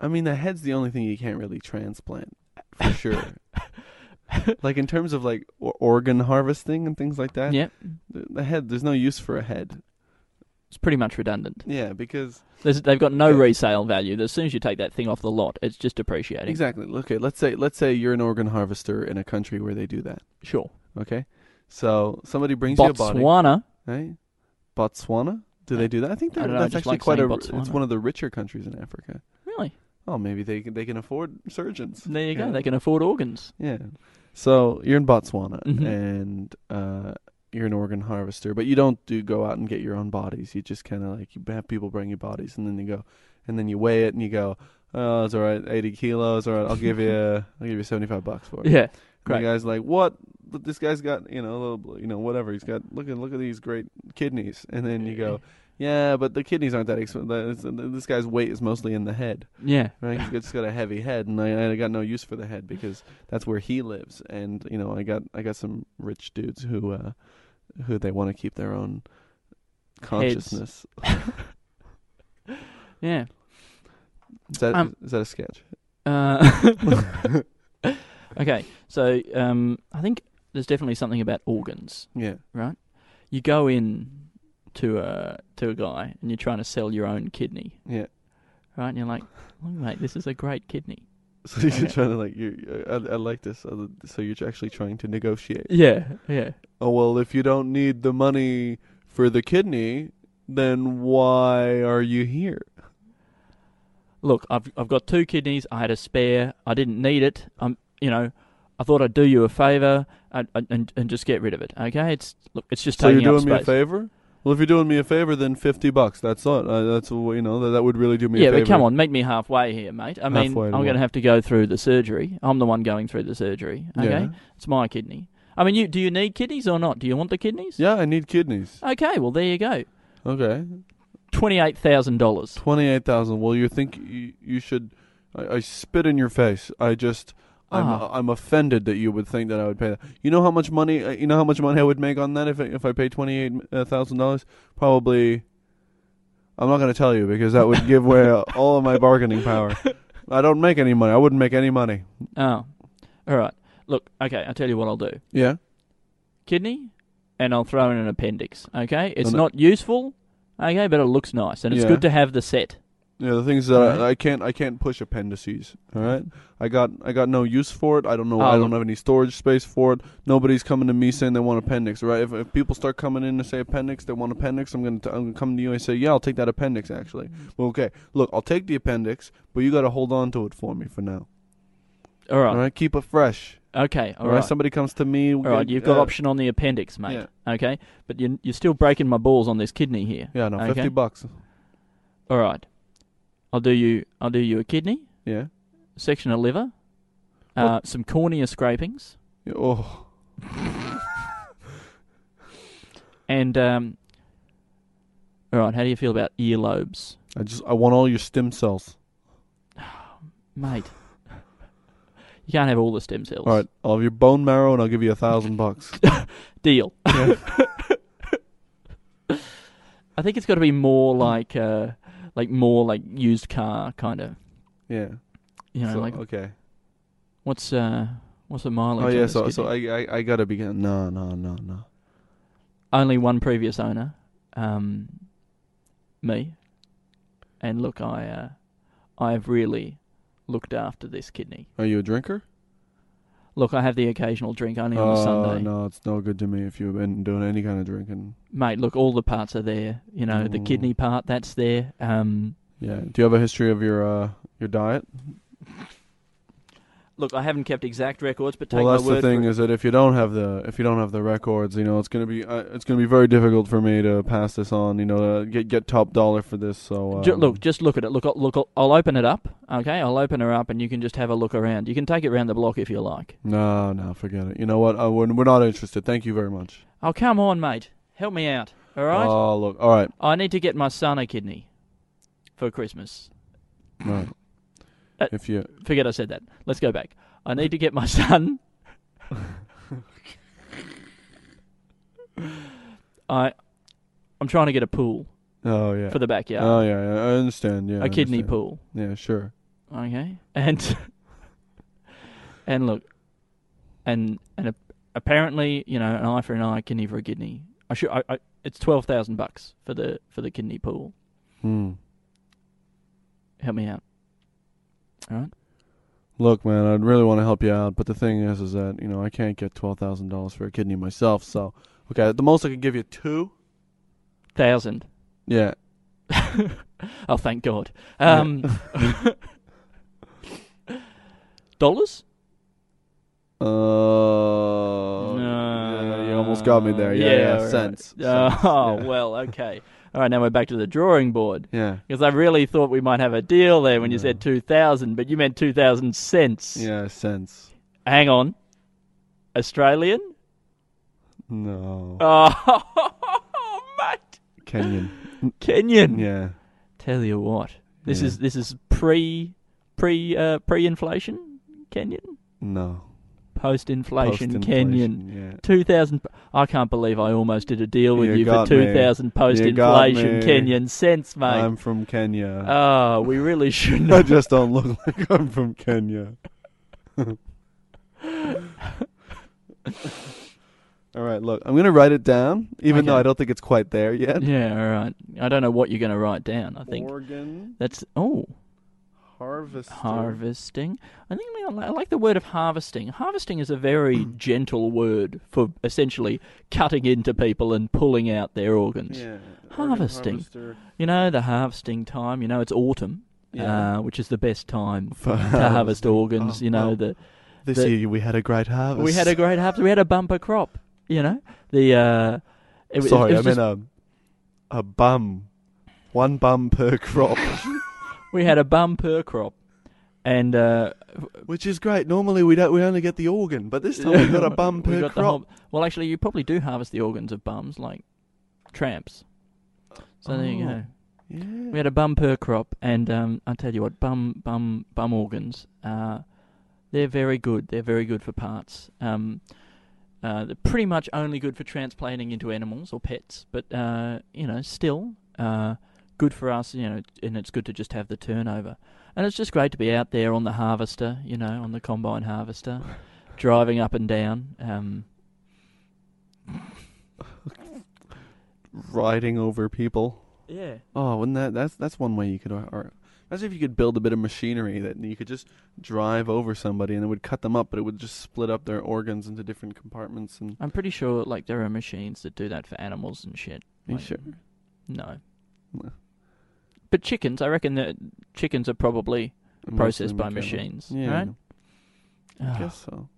Speaker 1: I mean, the head's the only thing you can't really transplant for sure. like in terms of like or- organ harvesting and things like that.
Speaker 2: Yeah.
Speaker 1: The, the head, there's no use for a head.
Speaker 2: It's pretty much redundant.
Speaker 1: Yeah, because
Speaker 2: There's, they've got no
Speaker 1: Yeah.
Speaker 2: resale value. As soon as you take that thing off the lot, it's just depreciating.
Speaker 1: exactly. Okay, let's say let's say you're an organ harvester in a country where they do that.
Speaker 2: Sure.
Speaker 1: Okay, so somebody brings you a body,
Speaker 2: Botswana.
Speaker 1: right? Botswana. Do they do that? I think
Speaker 2: I
Speaker 1: that,
Speaker 2: don't know, I
Speaker 1: that's
Speaker 2: just
Speaker 1: actually
Speaker 2: like
Speaker 1: quite a.
Speaker 2: saying
Speaker 1: It's
Speaker 2: Botswana.
Speaker 1: one of the richer countries in Africa.
Speaker 2: Really?
Speaker 1: Oh, maybe they can- they can afford surgeons.
Speaker 2: There you
Speaker 1: Yeah.
Speaker 2: go. They can afford organs.
Speaker 1: Yeah. So you're in Botswana
Speaker 2: Mhm.
Speaker 1: and uh, you're an organ harvester, but you don't do go out and get your own bodies. You just kind of like you have people bring you bodies, and then you go, and then you weigh it, and you go, oh, it's all right, eighty kilos, all right, I'll give you, I'll give you seventy five bucks for it.
Speaker 2: Yeah.
Speaker 1: And
Speaker 2: great.
Speaker 1: the guy's like, what? But this guy's got you know, a little, you know, whatever. He's got look at look at these great kidneys, and then you go. Yeah, but the kidneys aren't that expensive. This guy's weight is mostly in the head.
Speaker 2: Yeah.
Speaker 1: Right, he's just got a heavy head, and I, I got no use for the head because that's where he lives. And you know, I got I got some rich dudes who uh, who they want to keep their own consciousness.
Speaker 2: Yeah.
Speaker 1: Is that
Speaker 2: Um,
Speaker 1: is that a sketch?
Speaker 2: Uh, okay. So um, I think there's definitely something about organs.
Speaker 1: Yeah,
Speaker 2: You go in to a to a guy and you're trying to sell your own kidney,
Speaker 1: yeah.
Speaker 2: right? And you're like, "Look, mate, this is a great kidney."
Speaker 1: So you're
Speaker 2: Okay.
Speaker 1: trying to like you. I, I like this. Uh, So you're actually trying to negotiate.
Speaker 2: Yeah. Yeah.
Speaker 1: Oh well, if you don't need the money for the kidney, then why are you here?
Speaker 2: Look, I've I've got two kidneys. I had a spare. I didn't need it. I'm, you know, I thought I'd do you a favor and and, and just get rid of it. Okay. It's look, it's just
Speaker 1: So you're
Speaker 2: taking
Speaker 1: doing
Speaker 2: up
Speaker 1: me a
Speaker 2: space.
Speaker 1: favor. Well, if you're doing me a favor, then fifty bucks. That's all. Uh, that's you know that, that would really do me.
Speaker 2: yeah,
Speaker 1: a favor.
Speaker 2: but come on, meet me halfway here, mate. I mean,
Speaker 1: Halfway to
Speaker 2: I'm
Speaker 1: what?
Speaker 2: going to have to go through the surgery. I'm the one going through the surgery. Okay,
Speaker 1: Yeah.
Speaker 2: it's my kidney. I mean, you do you need kidneys or not? Do you want the kidneys?
Speaker 1: Yeah, I need kidneys.
Speaker 2: Okay, well there you go.
Speaker 1: Okay,
Speaker 2: Twenty-eight thousand dollars.
Speaker 1: twenty-eight thousand. Well, you think you, you should? I, I spit in your face. I just, I'm,
Speaker 2: Ah.
Speaker 1: I'm offended that you would think that I would pay that. You know how much money? uh, You know how much money I would make on that if I, if I pay twenty-eight uh, thousand dollars? Probably. I'm not going to tell you because that would give away all of my bargaining power. I don't make any money. I wouldn't make any money.
Speaker 2: Oh, all right. Look, okay. I'll tell you what I'll do.
Speaker 1: Yeah.
Speaker 2: Kidney, and I'll throw in an appendix. Okay, it's
Speaker 1: And-
Speaker 2: not useful. Okay, but it looks nice, and it's
Speaker 1: Yeah.
Speaker 2: good to have the set.
Speaker 1: Yeah, the things that
Speaker 2: Alright.
Speaker 1: I, I can't I can't push appendices. All right, I got I got no use for it. I don't know.
Speaker 2: Oh,
Speaker 1: I don't
Speaker 2: look.
Speaker 1: have any storage space for it. Nobody's coming to me saying they want appendix. Right? If, if people start coming in to say appendix, they want appendix. I'm gonna t- I'm gonna come to you and say, yeah, I'll take that appendix. Actually,
Speaker 2: Mm-hmm.
Speaker 1: well, okay. Look, I'll take the appendix, but you got to hold on to it for me for now.
Speaker 2: All right.
Speaker 1: All right, keep it fresh.
Speaker 2: Okay.
Speaker 1: All right, uh, somebody comes to me.
Speaker 2: All right, you've got option on the appendix, mate. Okay, but you you're still breaking my balls on this kidney here.
Speaker 1: Yeah, no,
Speaker 2: Okay.
Speaker 1: fifty bucks.
Speaker 2: All right, I'll do you. I'll do you a kidney,
Speaker 1: Yeah.
Speaker 2: section of liver, uh, some cornea scrapings,
Speaker 1: Yeah, Oh,
Speaker 2: and um. All right, how do you feel about earlobes,
Speaker 1: I just I want all your stem cells.
Speaker 2: mate? you can't have all the stem cells.
Speaker 1: All right, I'll have your bone marrow, and I'll give you a thousand bucks.
Speaker 2: deal.
Speaker 1: Yeah.
Speaker 2: I think it's got to be more like, uh, like more like used car kind of.
Speaker 1: Yeah.
Speaker 2: You know,
Speaker 1: So,
Speaker 2: like
Speaker 1: okay.
Speaker 2: what's uh, what's the mileage?
Speaker 1: Oh
Speaker 2: on
Speaker 1: yeah,
Speaker 2: this
Speaker 1: so so
Speaker 2: kidney?
Speaker 1: I, I I gotta be no no no no.
Speaker 2: only one previous owner, um, me. And look, I, uh, I've really looked after this kidney.
Speaker 1: Are you a drinker?
Speaker 2: Look, I have the occasional drink only on a
Speaker 1: oh
Speaker 2: Sunday,
Speaker 1: no, it's no good to me if you've been doing any kind of drinking.
Speaker 2: mate. Look, all the parts are there. You know, the
Speaker 1: Mm.
Speaker 2: kidney part that's there. Um,
Speaker 1: Yeah. Do you have a history of your uh your diet?
Speaker 2: look, I haven't kept exact records, but take
Speaker 1: well, that's
Speaker 2: my
Speaker 1: the
Speaker 2: word
Speaker 1: thing
Speaker 2: for it.
Speaker 1: is that if you don't have the if you don't have the records, you know it's gonna be uh, it's gonna be very difficult for me to pass this on. You know, uh, get get top dollar for this. So um,
Speaker 2: Ju- look, just look at it. Look, I'll- look. I'll- I'll open it up. Okay, I'll open her up, and you can just have a look around. You can take it round the block if you like.
Speaker 1: No, no, forget it. You know what? Uh, we're we're not interested. Thank you very much.
Speaker 2: Oh, come on, mate. Help me out. All right.
Speaker 1: Oh look, all right.
Speaker 2: I need to get my son a kidney for Christmas.
Speaker 1: Right.
Speaker 2: Uh,
Speaker 1: if you
Speaker 2: Forget I said that. Let's go back. I need to get my son. I, I'm trying to get a pool
Speaker 1: Oh yeah.
Speaker 2: for the backyard,
Speaker 1: Oh yeah, yeah, I understand. Oh, Yeah. I
Speaker 2: a kidney
Speaker 1: understand.
Speaker 2: pool.
Speaker 1: Yeah, sure.
Speaker 2: Okay, and and look, and and a, apparently, you know, an eye for an eye, kidney for a kidney. I should. I, I it's twelve thousand bucks for the for the kidney pool.
Speaker 1: Hmm.
Speaker 2: Help me out. All right.
Speaker 1: Look, man, I'd really want to help you out, but the thing is, is that you know I can't get twelve thousand dollars for a kidney myself. So, okay, at the most I can give you two.
Speaker 2: Thousand.
Speaker 1: Yeah.
Speaker 2: Oh, thank God. Um, dollars?
Speaker 1: Uh. yeah, you almost got me there. Yeah. Yeah.
Speaker 2: all right.
Speaker 1: Cents.
Speaker 2: Uh,
Speaker 1: Cents,
Speaker 2: oh,
Speaker 1: yeah.
Speaker 2: well, okay. All right, now we're back to the drawing board.
Speaker 1: Yeah.
Speaker 2: Because I really thought we might have a deal there when you said 2,000, but you meant 2,000 cents.
Speaker 1: Yeah. Cents.
Speaker 2: Hang on. Australian?
Speaker 1: No.
Speaker 2: Oh, mate.
Speaker 1: Kenyan.
Speaker 2: Kenyan.
Speaker 1: Yeah.
Speaker 2: Tell you what. This
Speaker 1: Yeah.
Speaker 2: is this is pre pre uh, pre-inflation Kenyan,
Speaker 1: No.
Speaker 2: post-inflation Kenyan.
Speaker 1: Post-inflation, Yeah.
Speaker 2: 2000 I can't believe I almost did a deal with
Speaker 1: You
Speaker 2: you, for
Speaker 1: got me.
Speaker 2: 2000 post
Speaker 1: You got
Speaker 2: inflation
Speaker 1: me.
Speaker 2: Kenyan cents mate.
Speaker 1: I'm from Kenya.
Speaker 2: oh, we really shouldn't.
Speaker 1: I
Speaker 2: have-
Speaker 1: just don't look like I'm from Kenya. All right, look, I'm gonna write it down, even though
Speaker 2: Okay.
Speaker 1: I don't think it's quite there yet.
Speaker 2: yeah, all right. I don't know what you're going to write down, I think.
Speaker 1: Oregon
Speaker 2: That's oh,
Speaker 1: harvest.
Speaker 2: harvesting. I think I li- I like the word of harvesting. Harvesting is a very
Speaker 1: Mm.
Speaker 2: gentle word for essentially cutting into people and pulling out their organs.
Speaker 1: Yeah.
Speaker 2: Harvesting. Uh, You know, the harvesting time, you know, it's autumn,
Speaker 1: Yeah.
Speaker 2: uh, which is the best time to harvest organs,
Speaker 1: Oh,
Speaker 2: you know,
Speaker 1: well.
Speaker 2: the
Speaker 1: This
Speaker 2: the-
Speaker 1: year we had a great harvest.
Speaker 2: We had a great harvest. We had a bumper crop. You know the. Uh, it, was-
Speaker 1: Sorry,
Speaker 2: it
Speaker 1: I
Speaker 2: was
Speaker 1: meant
Speaker 2: just-
Speaker 1: a a bum, one bum per crop,
Speaker 2: we had a bum per crop, and uh,
Speaker 1: which is great. Normally we don't, we only get the organ, but this time we got a bum
Speaker 2: we
Speaker 1: per
Speaker 2: got the
Speaker 1: crop.
Speaker 2: whole- well, actually, you probably do harvest the organs of bums, like tramps. So there you
Speaker 1: Oh.
Speaker 2: go.
Speaker 1: Yeah.
Speaker 2: We had a bum per crop, and um, I tell you what, bum bum bum organs. Uh, they're very good. They're very good for parts. Um, uh, they're pretty much only good for transplanting into animals or pets, but uh, you know, still uh, good for us. You know, and it's good to just have the turnover. And it's just great to be out there on the harvester. You know, on the combine harvester, driving up and down. Um,
Speaker 1: Riding over people.
Speaker 2: yeah.
Speaker 1: Oh, wouldn't that that's that's one way you could ar- ar- imagine if you could build a bit of machinery that you could just drive over somebody and it would cut them up, but it would just split up their organs into different compartments and.
Speaker 2: I'm pretty sure like there are machines that do that for animals and shit.
Speaker 1: Are you
Speaker 2: Like,
Speaker 1: sure?
Speaker 2: No.
Speaker 1: No.
Speaker 2: But chickens, I reckon that chickens are probably processed
Speaker 1: Mostly
Speaker 2: by
Speaker 1: mechanical.
Speaker 2: machines,
Speaker 1: Yeah,
Speaker 2: right? Ah.
Speaker 1: I
Speaker 2: Ugh.
Speaker 1: guess so.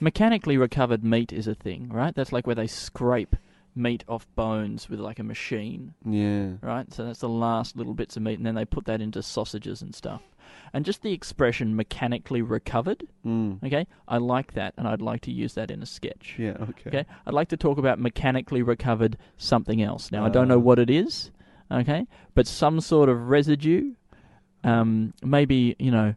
Speaker 2: Mechanically recovered meat is a thing, right? That's like where they scrape meat off bones with like a machine,
Speaker 1: Yeah.
Speaker 2: right? So that's the last little bits of meat, and then they put that into sausages and stuff. And just the expression mechanically recovered,
Speaker 1: Mm.
Speaker 2: okay? I like that, and I'd like to use that in a sketch.
Speaker 1: Yeah. Okay.
Speaker 2: Okay, I'd like to talk about mechanically recovered something else. Now I don't know
Speaker 1: Uh.
Speaker 2: what it is, okay, but some sort of residue. Um, maybe you know,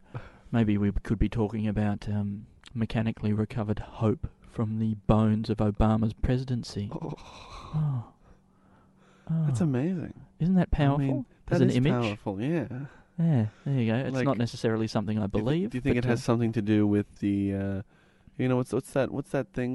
Speaker 2: maybe we could be talking about um, mechanically recovered hope from the bones of Obama's presidency. Oh.
Speaker 1: That's
Speaker 2: Oh,
Speaker 1: amazing.
Speaker 2: isn't that powerful?
Speaker 1: I mean,
Speaker 2: As
Speaker 1: that
Speaker 2: an
Speaker 1: is
Speaker 2: image?
Speaker 1: powerful. Yeah.
Speaker 2: Yeah, there you go. It's
Speaker 1: Like-
Speaker 2: not necessarily something I
Speaker 1: Do you-
Speaker 2: believe.
Speaker 1: Do you think
Speaker 2: but,
Speaker 1: it
Speaker 2: uh,
Speaker 1: has something to do with the, uh, you know, what's what's that what's that thing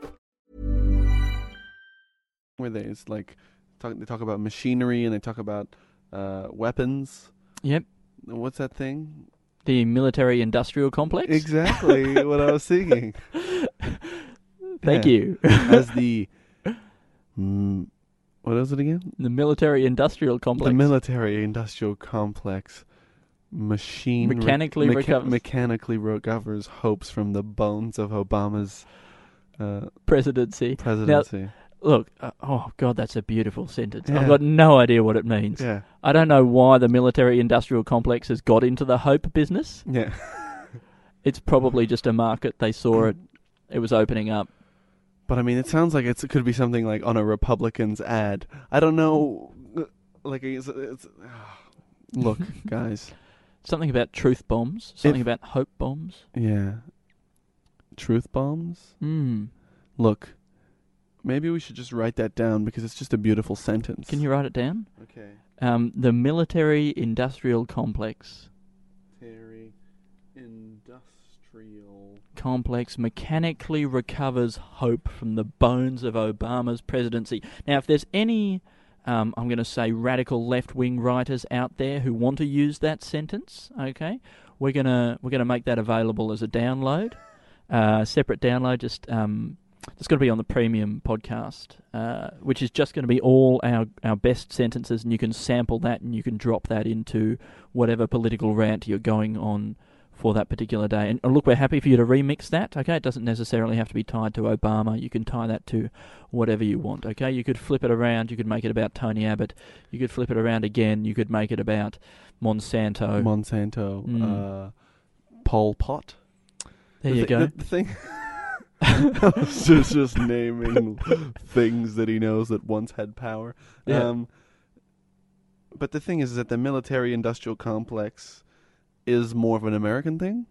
Speaker 1: where they it's like talk, they talk about machinery and they talk about uh, weapons.
Speaker 2: Yep,
Speaker 1: What's that thing?
Speaker 2: the military-industrial complex.
Speaker 1: Exactly what I was thinking.
Speaker 2: Thank
Speaker 1: Yeah.
Speaker 2: you.
Speaker 1: As the mm, What is it again?
Speaker 2: The military industrial complex.
Speaker 1: The military industrial complex machine re-
Speaker 2: Mechanically
Speaker 1: mecha-
Speaker 2: recovers.
Speaker 1: mechanically recovers hopes from the bones of Obama's uh,
Speaker 2: presidency.
Speaker 1: presidency.
Speaker 2: Look, uh, oh god, that's a beautiful sentence.
Speaker 1: Yeah.
Speaker 2: I've got no idea what it means.
Speaker 1: yeah,
Speaker 2: I don't know why the military industrial complex has got into the hope business.
Speaker 1: yeah.
Speaker 2: It's probably
Speaker 1: Mm.
Speaker 2: just a market. They saw it. It was opening up.
Speaker 1: But I mean, it sounds like it's, it could be something like on a Republican's ad. I don't know. Like, it's, it's, look, guys.
Speaker 2: Something about truth bombs. Something about hope bombs.
Speaker 1: Yeah. Truth bombs?
Speaker 2: Mm.
Speaker 1: Look, maybe we should just write that down because it's just a beautiful sentence.
Speaker 2: Can you write it down?
Speaker 1: Okay.
Speaker 2: Um, the military industrial complex.
Speaker 1: Terry Industrial.
Speaker 2: complex mechanically recovers hope from the bones of Obama's presidency. Now, if there's any, um, I'm going to say, radical left-wing writers out there who want to use that sentence, okay, we're gonna we're gonna make that available as a download, uh, separate download. Just um, it's going to be on the premium podcast, uh, which is just going to be all our our best sentences, and you can sample that and you can drop that into whatever political rant you're going on for that particular day. And and look, we're happy for you to remix that. Okay, it doesn't necessarily have to be tied to Obama. You can tie that to whatever you want. Okay, you could flip it around. You could make it about Tony Abbott. You could flip it around again. You could make it about Monsanto.
Speaker 1: Monsanto.
Speaker 2: Uh, Mm.
Speaker 1: Uh, Pol Pot.
Speaker 2: there
Speaker 1: The
Speaker 2: you
Speaker 1: thi-
Speaker 2: go.
Speaker 1: The, the thing. I was just, just naming things that he knows that once had power.
Speaker 2: Yeah.
Speaker 1: Um, but the thing is that the military industrial complex is more of an American thing.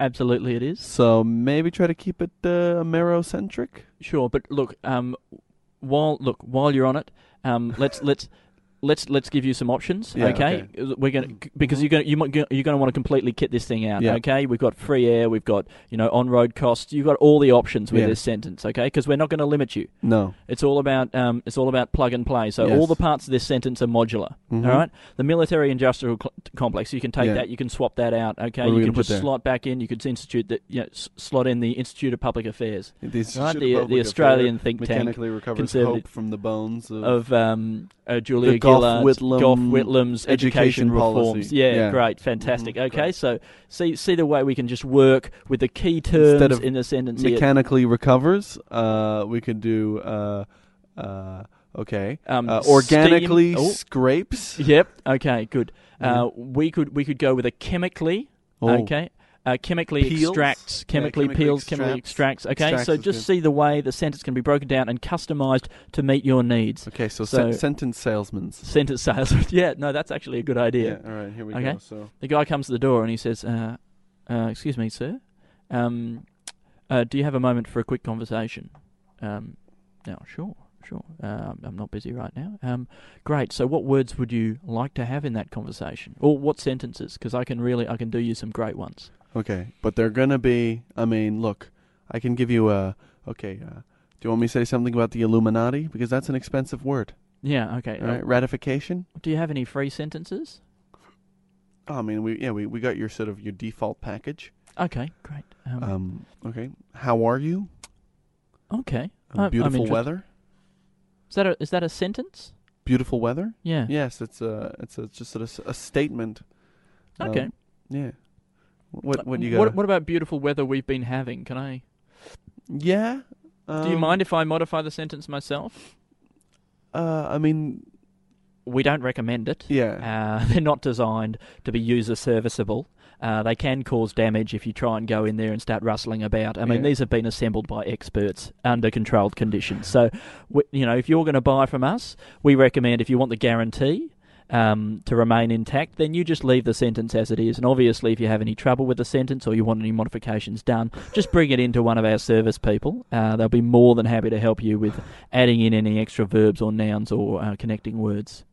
Speaker 2: Absolutely, it is.
Speaker 1: So maybe try to keep it uh, Amerocentric.
Speaker 2: Sure, but look, um, while look while you're on it, um, let's let's. Let's let's give you some options,
Speaker 1: Yeah, Mm-hmm.
Speaker 2: okay? We're gonna because you're gonna you might, go- you're gonna want to completely kit this thing out,
Speaker 1: Yeah.
Speaker 2: okay? We've got free air, we've got you know on road costs, you've got all the options with
Speaker 1: Yeah.
Speaker 2: this sentence, okay? Because we're not going to limit you.
Speaker 1: No.
Speaker 2: It's all about um, it's all about plug and play. So
Speaker 1: Yes.
Speaker 2: all the parts of this sentence are modular.
Speaker 1: Mhm.
Speaker 2: all right, the military industrial cl- complex. You can take
Speaker 1: Yeah.
Speaker 2: that. You can swap that out. Okay,
Speaker 1: What are we
Speaker 2: you
Speaker 1: gonna
Speaker 2: can
Speaker 1: put
Speaker 2: just
Speaker 1: there?
Speaker 2: slot back in. You could institute that. You know, s- slot in the Institute of Public Affairs
Speaker 1: This
Speaker 2: Right,
Speaker 1: should
Speaker 2: the- uh,
Speaker 1: probably
Speaker 2: the
Speaker 1: have
Speaker 2: Australian
Speaker 1: fair-
Speaker 2: think tank
Speaker 1: mechanically recovers
Speaker 2: conservative-
Speaker 1: hope from the bones of,
Speaker 2: of um, uh, Julia
Speaker 1: The Gough
Speaker 2: Gillard's-
Speaker 1: Whitlam
Speaker 2: Gough Whitlam's
Speaker 1: education
Speaker 2: education, reforms.
Speaker 1: policy.
Speaker 2: Yeah,
Speaker 1: Yeah.
Speaker 2: great, fantastic.
Speaker 1: Mhm,
Speaker 2: okay,
Speaker 1: great.
Speaker 2: so see see the way we can just work with the key terms
Speaker 1: Instead of
Speaker 2: in the sentence. here.
Speaker 1: mechanically recovers. Uh, we could do uh, uh, okay.
Speaker 2: Um,
Speaker 1: uh, organically
Speaker 2: steam- oh.
Speaker 1: scrapes.
Speaker 2: Yep. Okay. Good.
Speaker 1: Yeah.
Speaker 2: Uh, we could we could go with a chemically.
Speaker 1: Oh.
Speaker 2: Okay. Uh, chemically
Speaker 1: Peels?
Speaker 2: extracts,
Speaker 1: Yeah,
Speaker 2: chemically
Speaker 1: chemically
Speaker 2: peels, chemically
Speaker 1: extracts.
Speaker 2: extracts. Okay,
Speaker 1: Extracts
Speaker 2: so
Speaker 1: is
Speaker 2: just
Speaker 1: good.
Speaker 2: see the way the sentence can be broken down and customized to meet your needs.
Speaker 1: Okay, so,
Speaker 2: So-
Speaker 1: sen- sentence salesmen's.
Speaker 2: Sentence sales. yeah, no, that's actually a good idea.
Speaker 1: all right, here we
Speaker 2: Okay.
Speaker 1: go. So
Speaker 2: The guy comes to the door and he says, uh, uh, "Excuse me, sir. Um, uh, do you have a moment for a quick conversation?" Um, no, sure, sure. Um, I'm not busy right now. Um, great. So, what words would you like to have in that conversation, or what sentences? Because I can really, I can do you some great ones.
Speaker 1: okay, but they're gonna be. I mean, look, I can give you a. Okay, uh, do you want me to say something about the Illuminati because that's an expensive word.
Speaker 2: Yeah. Okay. uh,
Speaker 1: All right, ratification.
Speaker 2: Do you have any free sentences?
Speaker 1: Oh, I mean, we yeah, we, we got your sort of your default package.
Speaker 2: Okay. Great. Um,
Speaker 1: Um, okay, how are you?
Speaker 2: okay.
Speaker 1: Um,
Speaker 2: Uh, I'm- I'm
Speaker 1: beautiful
Speaker 2: interested.
Speaker 1: weather.
Speaker 2: Is that a is that a sentence?
Speaker 1: Beautiful weather.
Speaker 2: Yeah.
Speaker 1: Yes, it's a it's a, just sort of s- a statement. Um,
Speaker 2: Okay. Uh,
Speaker 1: yeah. What what do you got?
Speaker 2: what, what about beautiful weather we've been having? Can I?
Speaker 1: yeah.
Speaker 2: Do you
Speaker 1: um,
Speaker 2: mind if I modify the sentence myself?
Speaker 1: Uh, I mean,
Speaker 2: We don't recommend it.
Speaker 1: yeah.
Speaker 2: Uh, they're not designed to be user serviceable. Uh, they can cause damage if you try and go in there and start rustling about. I mean,
Speaker 1: Yeah.
Speaker 2: these have been assembled by experts under controlled conditions. So, w- you know, if you're going to buy from us, we recommend if you want the guarantee um, to remain intact, then you just leave the sentence as it is. And obviously, if you have any trouble with the sentence or you want any modifications done, just bring it into one of our service people. Uh, they'll be more than happy to help you with adding in any extra verbs or nouns or uh, connecting words.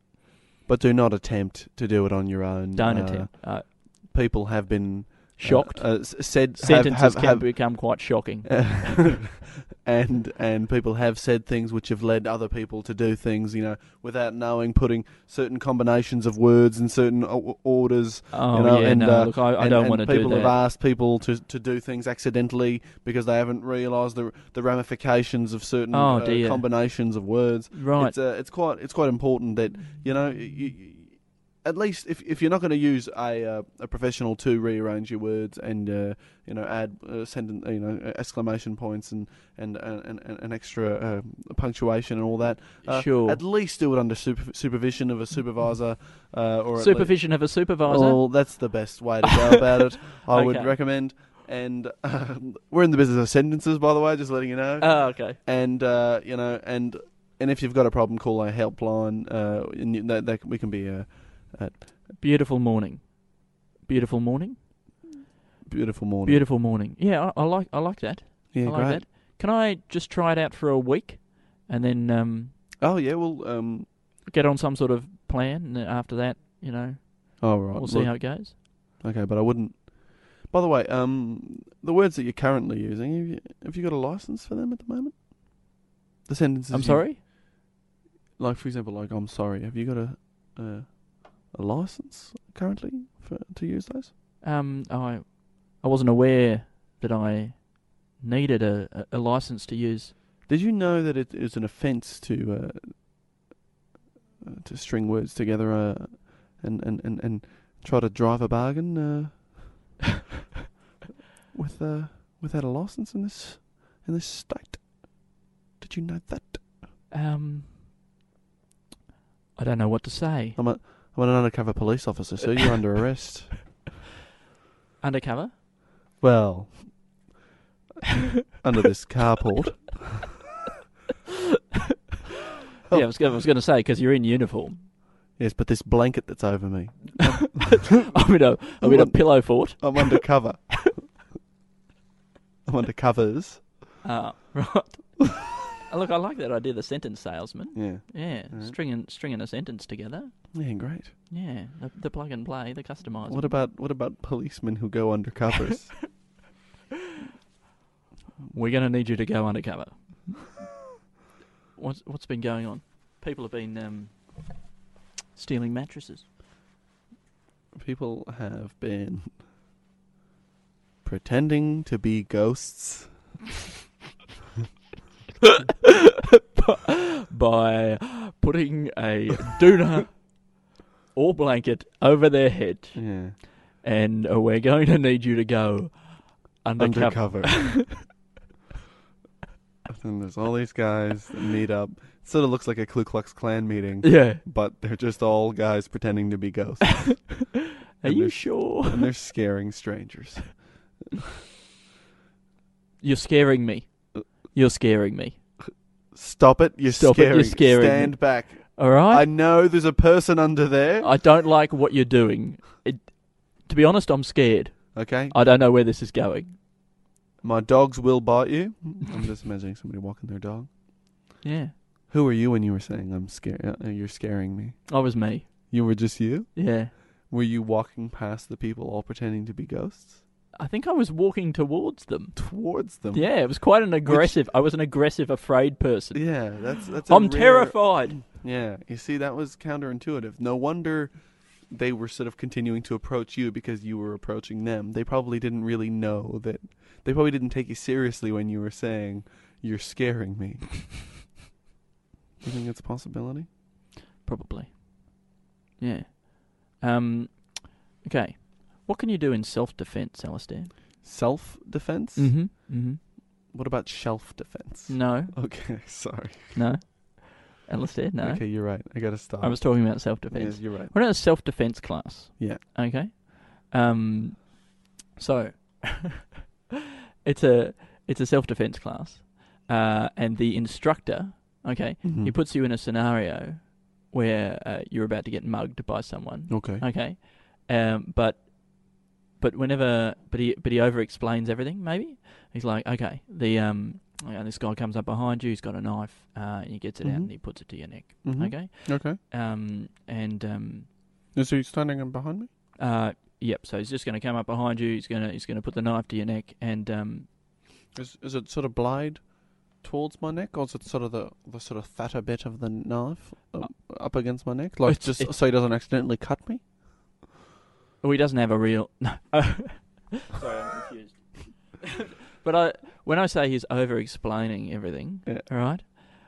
Speaker 1: but do not attempt to do it on your own.
Speaker 2: Don't
Speaker 1: Uh,
Speaker 2: attempt. Uh,
Speaker 1: People have been
Speaker 2: Shocked.
Speaker 1: Uh, uh, s- said have-
Speaker 2: Sentences
Speaker 1: have-
Speaker 2: can
Speaker 1: have-
Speaker 2: become quite shocking.
Speaker 1: and and people have said things which have led other people to do things, you know, without knowing, putting certain combinations of words in certain o- orders.
Speaker 2: Oh,
Speaker 1: you know,
Speaker 2: yeah,
Speaker 1: and,
Speaker 2: no,
Speaker 1: uh,
Speaker 2: look, I- I
Speaker 1: and-
Speaker 2: don't
Speaker 1: and
Speaker 2: wanna do
Speaker 1: People have
Speaker 2: that.
Speaker 1: asked people to, to do things accidentally because they haven't realised the the ramifications of certain
Speaker 2: Oh,
Speaker 1: uh,
Speaker 2: dear.
Speaker 1: combinations of words.
Speaker 2: Right.
Speaker 1: It's, uh, it's quite it's quite important that you know. You, you, at least, if if you're not going to use a uh, a professional to rearrange your words and uh, you know add uh, sentence you know exclamation points and and and, and, and extra uh, punctuation and all that, uh,
Speaker 2: Sure.
Speaker 1: At least do it under super, supervision of a supervisor uh, or at lea-
Speaker 2: Supervision of a supervisor.
Speaker 1: well, that's the best way to go about it. I would
Speaker 2: Okay.
Speaker 1: recommend. And um, we're in the business of sentences, by the way, just letting you know.
Speaker 2: Oh, okay.
Speaker 1: and uh, you know, and and if you've got a problem, call a helpline. Uh, and you, that, that we can be a, a
Speaker 2: Beautiful morning. Beautiful morning.
Speaker 1: beautiful morning.
Speaker 2: Beautiful morning. Yeah, I, I like I like that.
Speaker 1: Yeah,
Speaker 2: I like
Speaker 1: great.
Speaker 2: that. Can I just try it out for a week, and then um,
Speaker 1: Oh yeah, well, um,
Speaker 2: get on some sort of plan? And then after that, you know,
Speaker 1: oh right.
Speaker 2: we'll see
Speaker 1: look,
Speaker 2: how it goes.
Speaker 1: Okay, but I wouldn't. By the way, um, the words that you're currently using, have you, have you got a license for them at the moment? The sentences.
Speaker 2: I'm
Speaker 1: you-
Speaker 2: sorry.
Speaker 1: like for example, like I'm sorry. Have you got a a, a license currently for to use those?
Speaker 2: Um, I I wasn't aware that I needed a, a, a license to use.
Speaker 1: Did you know that it is an offence to uh, uh, to string words together uh, and, and, and, and try to drive a bargain uh, with uh, without a license in this in this state? Did you know that?
Speaker 2: Um, I don't know what to say.
Speaker 1: I'm a I'm an undercover police officer, so you're under arrest.
Speaker 2: Undercover.
Speaker 1: Well, under this carport.
Speaker 2: Yeah, I was gonna, I was going to say because you're in uniform.
Speaker 1: Yes, but this blanket that's over me.
Speaker 2: I'm in a I'm in a pillow fort.
Speaker 1: I'm undercover. I'm under covers.
Speaker 2: Ah, right. Oh, Look, I like that idea. The sentence salesman.
Speaker 1: Yeah.
Speaker 2: Yeah, stringing stringing a sentence together.
Speaker 1: Yeah, great.
Speaker 2: Yeah, the, the plug and play, the customizer.
Speaker 1: What about what about policemen who go under covers?
Speaker 2: We're going to need you to go undercover. what's what's been going on? People have been um, stealing mattresses.
Speaker 1: People have been pretending to be ghosts.
Speaker 2: by putting a doona or blanket over their head,
Speaker 1: Yeah.
Speaker 2: and uh, we're going to need you to go undercover.
Speaker 1: Undercover. and there's all these guys that meet up. sort of looks like a Ku Klux Klan meeting,
Speaker 2: Yeah,
Speaker 1: but they're just all guys pretending to be ghosts.
Speaker 2: are
Speaker 1: And
Speaker 2: you
Speaker 1: there's-
Speaker 2: sure?
Speaker 1: and they're scaring strangers.
Speaker 2: You're scaring me. You're scaring me.
Speaker 1: Stop it. You're
Speaker 2: Stop it,
Speaker 1: scaring.
Speaker 2: you're scaring me.
Speaker 1: Stand back.
Speaker 2: All
Speaker 1: I
Speaker 2: right.
Speaker 1: know there's a person under there.
Speaker 2: I don't like what you're doing. It, to be honest, I'm scared.
Speaker 1: Okay.
Speaker 2: I don't know where this is going.
Speaker 1: My dogs will bite you. I'm just imagining somebody walking their dog.
Speaker 2: Yeah,
Speaker 1: Who are you when you were saying I'm scared? Uh, you're scaring me.
Speaker 2: I was me.
Speaker 1: You were just you?
Speaker 2: Yeah,
Speaker 1: Were you walking past the people all pretending to be ghosts?
Speaker 2: I think I was walking towards them.
Speaker 1: Towards them.
Speaker 2: Yeah, it was quite an aggressive. I was an aggressive, afraid person.
Speaker 1: Yeah, that's that's a
Speaker 2: I'm
Speaker 1: rare-
Speaker 2: terrified.
Speaker 1: Yeah. You see that was counterintuitive. No wonder they were sort of continuing to approach you because you were approaching them. They probably didn't really know that they probably didn't take you seriously when you were saying you're scaring me. you think that's a possibility?
Speaker 2: Probably. Yeah. Um. Okay. What can you do in self-defense, Alistair?
Speaker 1: Self defense?
Speaker 2: Mm-hmm. Mm-hmm.
Speaker 1: What about shelf defense?
Speaker 2: No.
Speaker 1: Okay, sorry.
Speaker 2: No. Alistair, no.
Speaker 1: Okay, you're right. I gotta stop.
Speaker 2: I was talking about self-defense.
Speaker 1: yes, you're right.
Speaker 2: We're in a self-defense class.
Speaker 1: Yeah.
Speaker 2: Okay. Um. So, it's a it's a self-defense class, uh, and the instructor, okay, he
Speaker 1: Mhm.
Speaker 2: puts you in a scenario where uh, you're about to get mugged by someone.
Speaker 1: Okay.
Speaker 2: Okay. Um, but but whenever but he but he over explains everything, maybe? He's like, Okay, the um and this guy comes up behind you, he's got a knife, uh, and he gets it out
Speaker 1: Mhm.
Speaker 2: and he puts it to your neck.
Speaker 1: Mhm.
Speaker 2: Okay?
Speaker 1: Okay.
Speaker 2: Um and um
Speaker 1: Is he standing in behind me?
Speaker 2: uh Yep. So he's just going to come up behind you. He's going to he's going to put the knife to your neck, and um,
Speaker 1: Is is it sort of blade towards my neck, or is it sort of the, the sort of fatter bit of the knife uh, up against my neck, like
Speaker 2: It's-
Speaker 1: just
Speaker 2: it's-
Speaker 1: so he doesn't accidentally cut me?
Speaker 2: oh, he doesn't have a real. No. Sorry, I'm confused. but I when I say he's over explaining everything,
Speaker 1: Yeah.
Speaker 2: all right.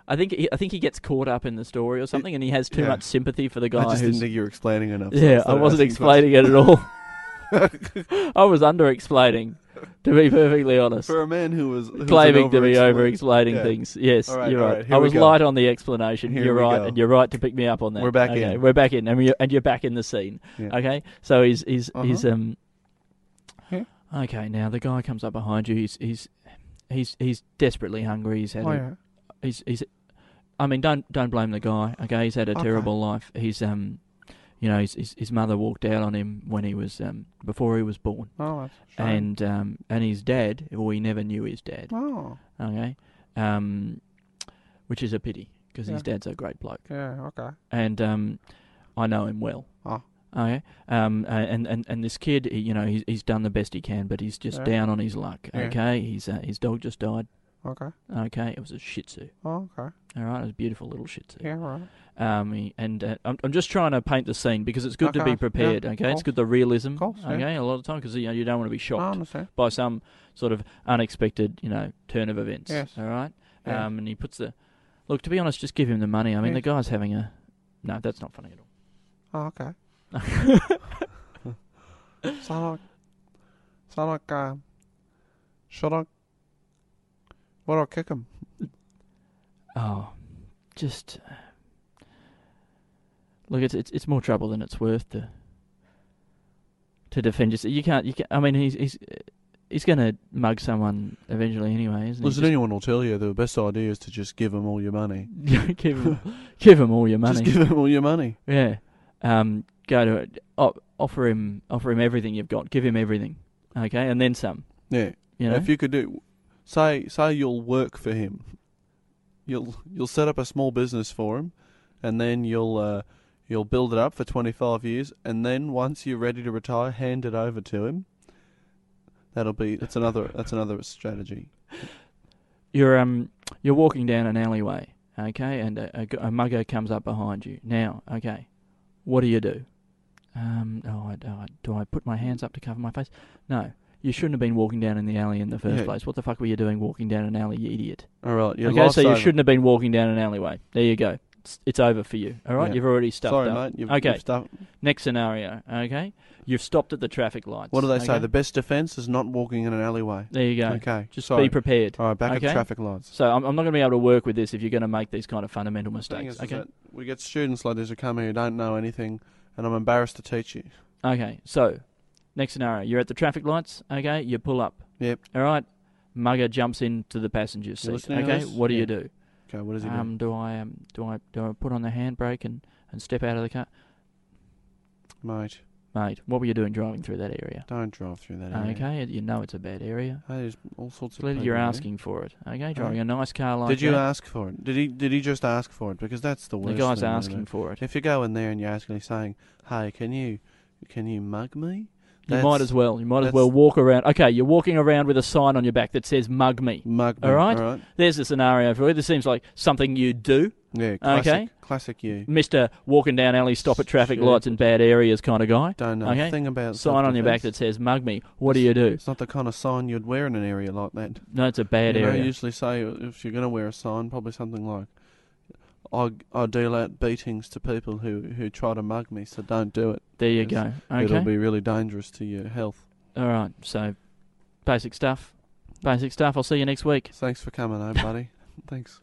Speaker 2: I think he, I think he gets caught up in the story or something, and he has too
Speaker 1: yeah.
Speaker 2: much sympathy for the guy
Speaker 1: I just
Speaker 2: who's
Speaker 1: didn't think you were explaining enough. so
Speaker 2: Yeah, I
Speaker 1: started
Speaker 2: wasn't
Speaker 1: asking questions.
Speaker 2: explaining it at all. I was under explaining, to be perfectly honest.
Speaker 1: For a man who was who was an
Speaker 2: Claiming to be over explaining
Speaker 1: Yeah.
Speaker 2: things. Yes,
Speaker 1: All right,
Speaker 2: you're
Speaker 1: all
Speaker 2: right.
Speaker 1: right, here
Speaker 2: I
Speaker 1: we
Speaker 2: was
Speaker 1: go.
Speaker 2: light on the explanation.
Speaker 1: Here
Speaker 2: you're
Speaker 1: we
Speaker 2: right,
Speaker 1: go.
Speaker 2: and you're right to pick me up on that.
Speaker 1: We're back
Speaker 2: Okay,
Speaker 1: in.
Speaker 2: We're back in, and you're, and you're back in the scene.
Speaker 1: Yeah.
Speaker 2: Okay, so he's he's he's
Speaker 1: Uh-huh.
Speaker 2: um.
Speaker 1: Yeah.
Speaker 2: Okay, now the guy comes up behind you. He's he's he's he's desperately hungry. He's had
Speaker 1: Oh,
Speaker 2: a-
Speaker 1: yeah.
Speaker 2: he's he's I mean don't don't blame the guy. Okay, he's had a
Speaker 1: Okay.
Speaker 2: terrible life. He's um you know, his, his his mother walked out on him when he was um before he was born.
Speaker 1: Oh, that's a shame.
Speaker 2: And um and his dad, well we never knew his dad.
Speaker 1: oh,
Speaker 2: Okay? Um which is a pity because his
Speaker 1: Yeah.
Speaker 2: dad's a great bloke.
Speaker 1: yeah, okay.
Speaker 2: And um I know him well.
Speaker 1: Oh.
Speaker 2: Okay. Um, a- and, and, and this kid, he- you know, he's, he's done the best he can, but he's just
Speaker 1: Yeah.
Speaker 2: down on his luck.
Speaker 1: Yeah.
Speaker 2: Okay. He's, uh, his dog just died.
Speaker 1: Okay.
Speaker 2: Okay. It was a shih tzu.
Speaker 1: Oh, okay.
Speaker 2: All right, it was a beautiful little shih tzu.
Speaker 1: Yeah, right.
Speaker 2: Um, he- and uh, I'm, I'm just trying to paint the scene because it's good to
Speaker 1: Okay,
Speaker 2: be
Speaker 1: yeah,
Speaker 2: prepared.
Speaker 1: of
Speaker 2: okay, it's
Speaker 1: course.
Speaker 2: good the realism.
Speaker 1: course, yeah.
Speaker 2: okay, a lot of time because you know you don't want to be
Speaker 1: I
Speaker 2: shocked
Speaker 1: understand.
Speaker 2: by some sort of unexpected you know turn of events.
Speaker 1: Yes.
Speaker 2: All right.
Speaker 1: Yeah.
Speaker 2: Um, and he puts the look. To be honest, just give him the money. I mean,
Speaker 1: Yes.
Speaker 2: the guy's having a no. That's not funny at all.
Speaker 1: Oh, okay. so like, so like, um, should I? What do I kick him?
Speaker 2: Oh, just uh, look. It's it's it's more trouble than it's worth to to defend yourself. You can't. You can't. I mean, he's he's uh, he's going to mug someone eventually anyway, isn't
Speaker 1: Listen,
Speaker 2: he?
Speaker 1: anyone will tell you the best idea is to just give him all your money.
Speaker 2: Just give him give him all your money.
Speaker 1: Just give him all your money.
Speaker 2: yeah. Um. Go to it. O- offer him offer him everything you've got. Give him everything. Okay, and then some.
Speaker 1: Yeah.
Speaker 2: You know.
Speaker 1: If you could do, say, say you'll work for him. You'll you'll set up a small business for him, and then you'll uh, you'll build it up for twenty five years, and then once you're ready to retire, hand it over to him. That'll be that's another that's another strategy.
Speaker 2: you're um you're walking down an alleyway, okay, and a, a, g- a mugger comes up behind you. Now, okay, what do you do? Um, oh, I, oh, I, do I put my hands up to cover my face? No, you shouldn't have been walking down in the alley in the first
Speaker 1: Yeah.
Speaker 2: place. What the fuck were you doing walking down an alley, you idiot?
Speaker 1: All right. Your
Speaker 2: okay,
Speaker 1: life's
Speaker 2: so you
Speaker 1: over.
Speaker 2: shouldn't have been walking down an alleyway. There you go. It's, it's over for you. All right,
Speaker 1: Yeah.
Speaker 2: you've already stuffed
Speaker 1: Sorry,
Speaker 2: up.
Speaker 1: mate. You've,
Speaker 2: okay,
Speaker 1: You've stuffed,
Speaker 2: next scenario. Okay, you've stopped at the traffic lights.
Speaker 1: what do they say?
Speaker 2: okay?
Speaker 1: The best defense is not walking in an alleyway.
Speaker 2: There you go.
Speaker 1: Okay.
Speaker 2: Just
Speaker 1: sorry.
Speaker 2: be prepared.
Speaker 1: All right. Back at
Speaker 2: okay?
Speaker 1: the traffic lights.
Speaker 2: So I'm, I'm not going to be able to work with this if you're going to make these kind of fundamental
Speaker 1: Thing is,
Speaker 2: mistakes.
Speaker 1: is
Speaker 2: okay.
Speaker 1: that we get students like this who come here who don't know anything, and I'm embarrassed to teach you.
Speaker 2: Okay. So next scenario, you're at the traffic lights. Okay. You pull up.
Speaker 1: Yep.
Speaker 2: All right. Mugger jumps into the passenger seat.
Speaker 1: listening to
Speaker 2: Okay.
Speaker 1: this?
Speaker 2: What do
Speaker 1: Yeah.
Speaker 2: you do?
Speaker 1: Okay. What does he do?
Speaker 2: Um, do I um, do I do I put on the handbrake and, and step out of the car,
Speaker 1: Mate,
Speaker 2: mate? What were you doing driving through that area?
Speaker 1: don't drive through that area.
Speaker 2: Okay. You know it's a bad area.
Speaker 1: Hey, there's all sorts of.
Speaker 2: Clearly,
Speaker 1: people
Speaker 2: you're
Speaker 1: there.
Speaker 2: asking for it. Okay. Driving a nice car like
Speaker 1: Did you
Speaker 2: that,
Speaker 1: ask for it? Did he? Did he just ask for it? Because that's the
Speaker 2: The
Speaker 1: worst.
Speaker 2: guy's
Speaker 1: thing to
Speaker 2: asking
Speaker 1: do.
Speaker 2: for it.
Speaker 1: If you go in there and you're asking, saying, "Hey, can you, can you mug me?"
Speaker 2: you might
Speaker 1: That's-
Speaker 2: as well. You might as
Speaker 1: that's-
Speaker 2: well walk around. Okay, you're walking around with a sign on your back that says "Mug me."
Speaker 1: Mug me.
Speaker 2: All right.
Speaker 1: All right.
Speaker 2: There's a scenario for you. This seems like something you do.
Speaker 1: Yeah. Classic,
Speaker 2: Okay.
Speaker 1: Classic you.
Speaker 2: Mr. Walking down alley, stop at traffic
Speaker 1: Sure.
Speaker 2: lights in bad areas kind of guy.
Speaker 1: Don't know
Speaker 2: Okay.
Speaker 1: a thing about.
Speaker 2: Sign on your back that
Speaker 1: self-defense.
Speaker 2: says mug me. What do you do?
Speaker 1: It's not the kind of sign you'd wear in an area like that.
Speaker 2: No, it's a bad
Speaker 1: you know,
Speaker 2: area.
Speaker 1: usually say if you're going to wear a sign, probably something like, "I I deal out beatings to people who who try to mug me, so don't do it."
Speaker 2: There you go.
Speaker 1: It's-
Speaker 2: Okay.
Speaker 1: It'll be really dangerous to your health.
Speaker 2: All right. So, basic stuff. Basic stuff. I'll see you next week.
Speaker 1: Thanks for coming, eh, buddy. Thanks.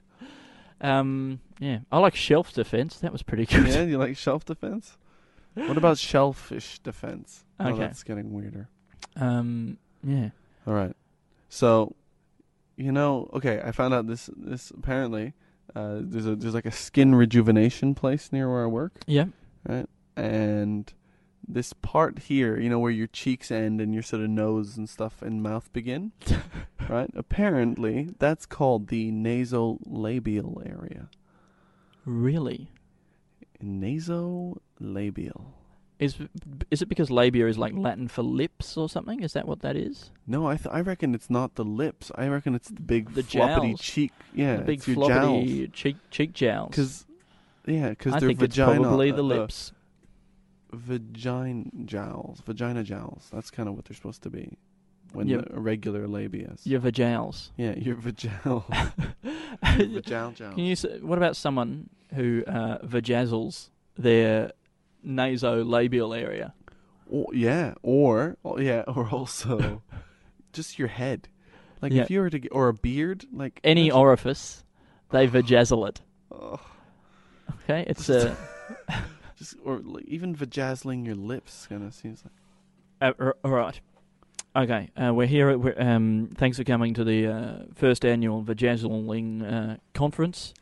Speaker 2: Um, yeah. I like shelf defense. That was pretty good.
Speaker 1: Yeah, you like shelf defense? What about shellfish defense? Oh,
Speaker 2: Okay.
Speaker 1: that's getting weirder.
Speaker 2: Um, yeah.
Speaker 1: All right. So, you know, okay, I found out this this apparently uh, there's a there's like a skin rejuvenation place near where I work,
Speaker 2: Yeah.
Speaker 1: and this part here, you know, where your cheeks end and your sort of nose and stuff and mouth begin, right? Apparently, that's called the nasolabial area.
Speaker 2: Really?
Speaker 1: nasolabial.
Speaker 2: Is is it because labia is like Latin for lips or something? Is that what that is?
Speaker 1: No, I th- I reckon it's not the lips. I reckon it's the big
Speaker 2: The
Speaker 1: floppity
Speaker 2: jowls.
Speaker 1: cheek. Yeah,
Speaker 2: the big
Speaker 1: it's your jowls.
Speaker 2: floppity cheek cheek jowls.
Speaker 1: Because yeah, because
Speaker 2: I
Speaker 1: they're
Speaker 2: think it's
Speaker 1: vagina.
Speaker 2: probably
Speaker 1: uh,
Speaker 2: the lips.
Speaker 1: vagina jowls, vagina jowls. That's kind of what they're supposed to be when
Speaker 2: Yeah.
Speaker 1: the regular labias.
Speaker 2: Your vaginas.
Speaker 1: Yeah, your vagel.
Speaker 2: Can
Speaker 1: vagel jowl.
Speaker 2: you? s what about someone who uh, vajazzles their nasolabial area?
Speaker 1: Or, yeah, or oh, yeah, or also just your head. Like
Speaker 2: Yeah.
Speaker 1: if you were to get, or a beard, like
Speaker 2: Any
Speaker 1: imagine-
Speaker 2: orifice, they vajazzle it.
Speaker 1: Ugh.
Speaker 2: Okay, it's a.
Speaker 1: just or like, even vajazzling your lips kind of seems like
Speaker 2: Uh, r- all right. Okay, uh, we're here. At, we're, um, thanks for coming to the uh, first annual Vajazzling uh, conference.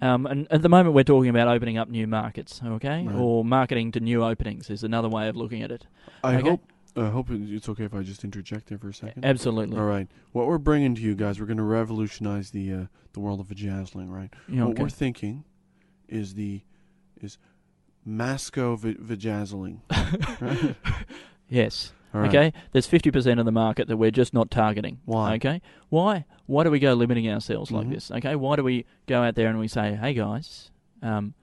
Speaker 2: Um, and at the moment, we're talking about opening up new markets, okay,
Speaker 1: Right.
Speaker 2: or marketing to new openings is another way of looking at it.
Speaker 1: I
Speaker 2: Okay.
Speaker 1: hope I hope it- it's okay if I just interject there for a second.
Speaker 2: Absolutely.
Speaker 1: All right, what we're bringing to you guys, we're going to revolutionize the uh, the world of vajazzling, right?
Speaker 2: Yeah,
Speaker 1: What
Speaker 2: okay.
Speaker 1: we're thinking is the is masco va- vajazzling. right?
Speaker 2: Yes.
Speaker 1: All right.
Speaker 2: Okay. There's fifty percent of the market that we're just not targeting.
Speaker 1: Why?
Speaker 2: Okay. Why? Why do we go limiting ourselves like
Speaker 1: Mhm.
Speaker 2: this? Okay. Why do we go out there and we say, "Hey guys," um,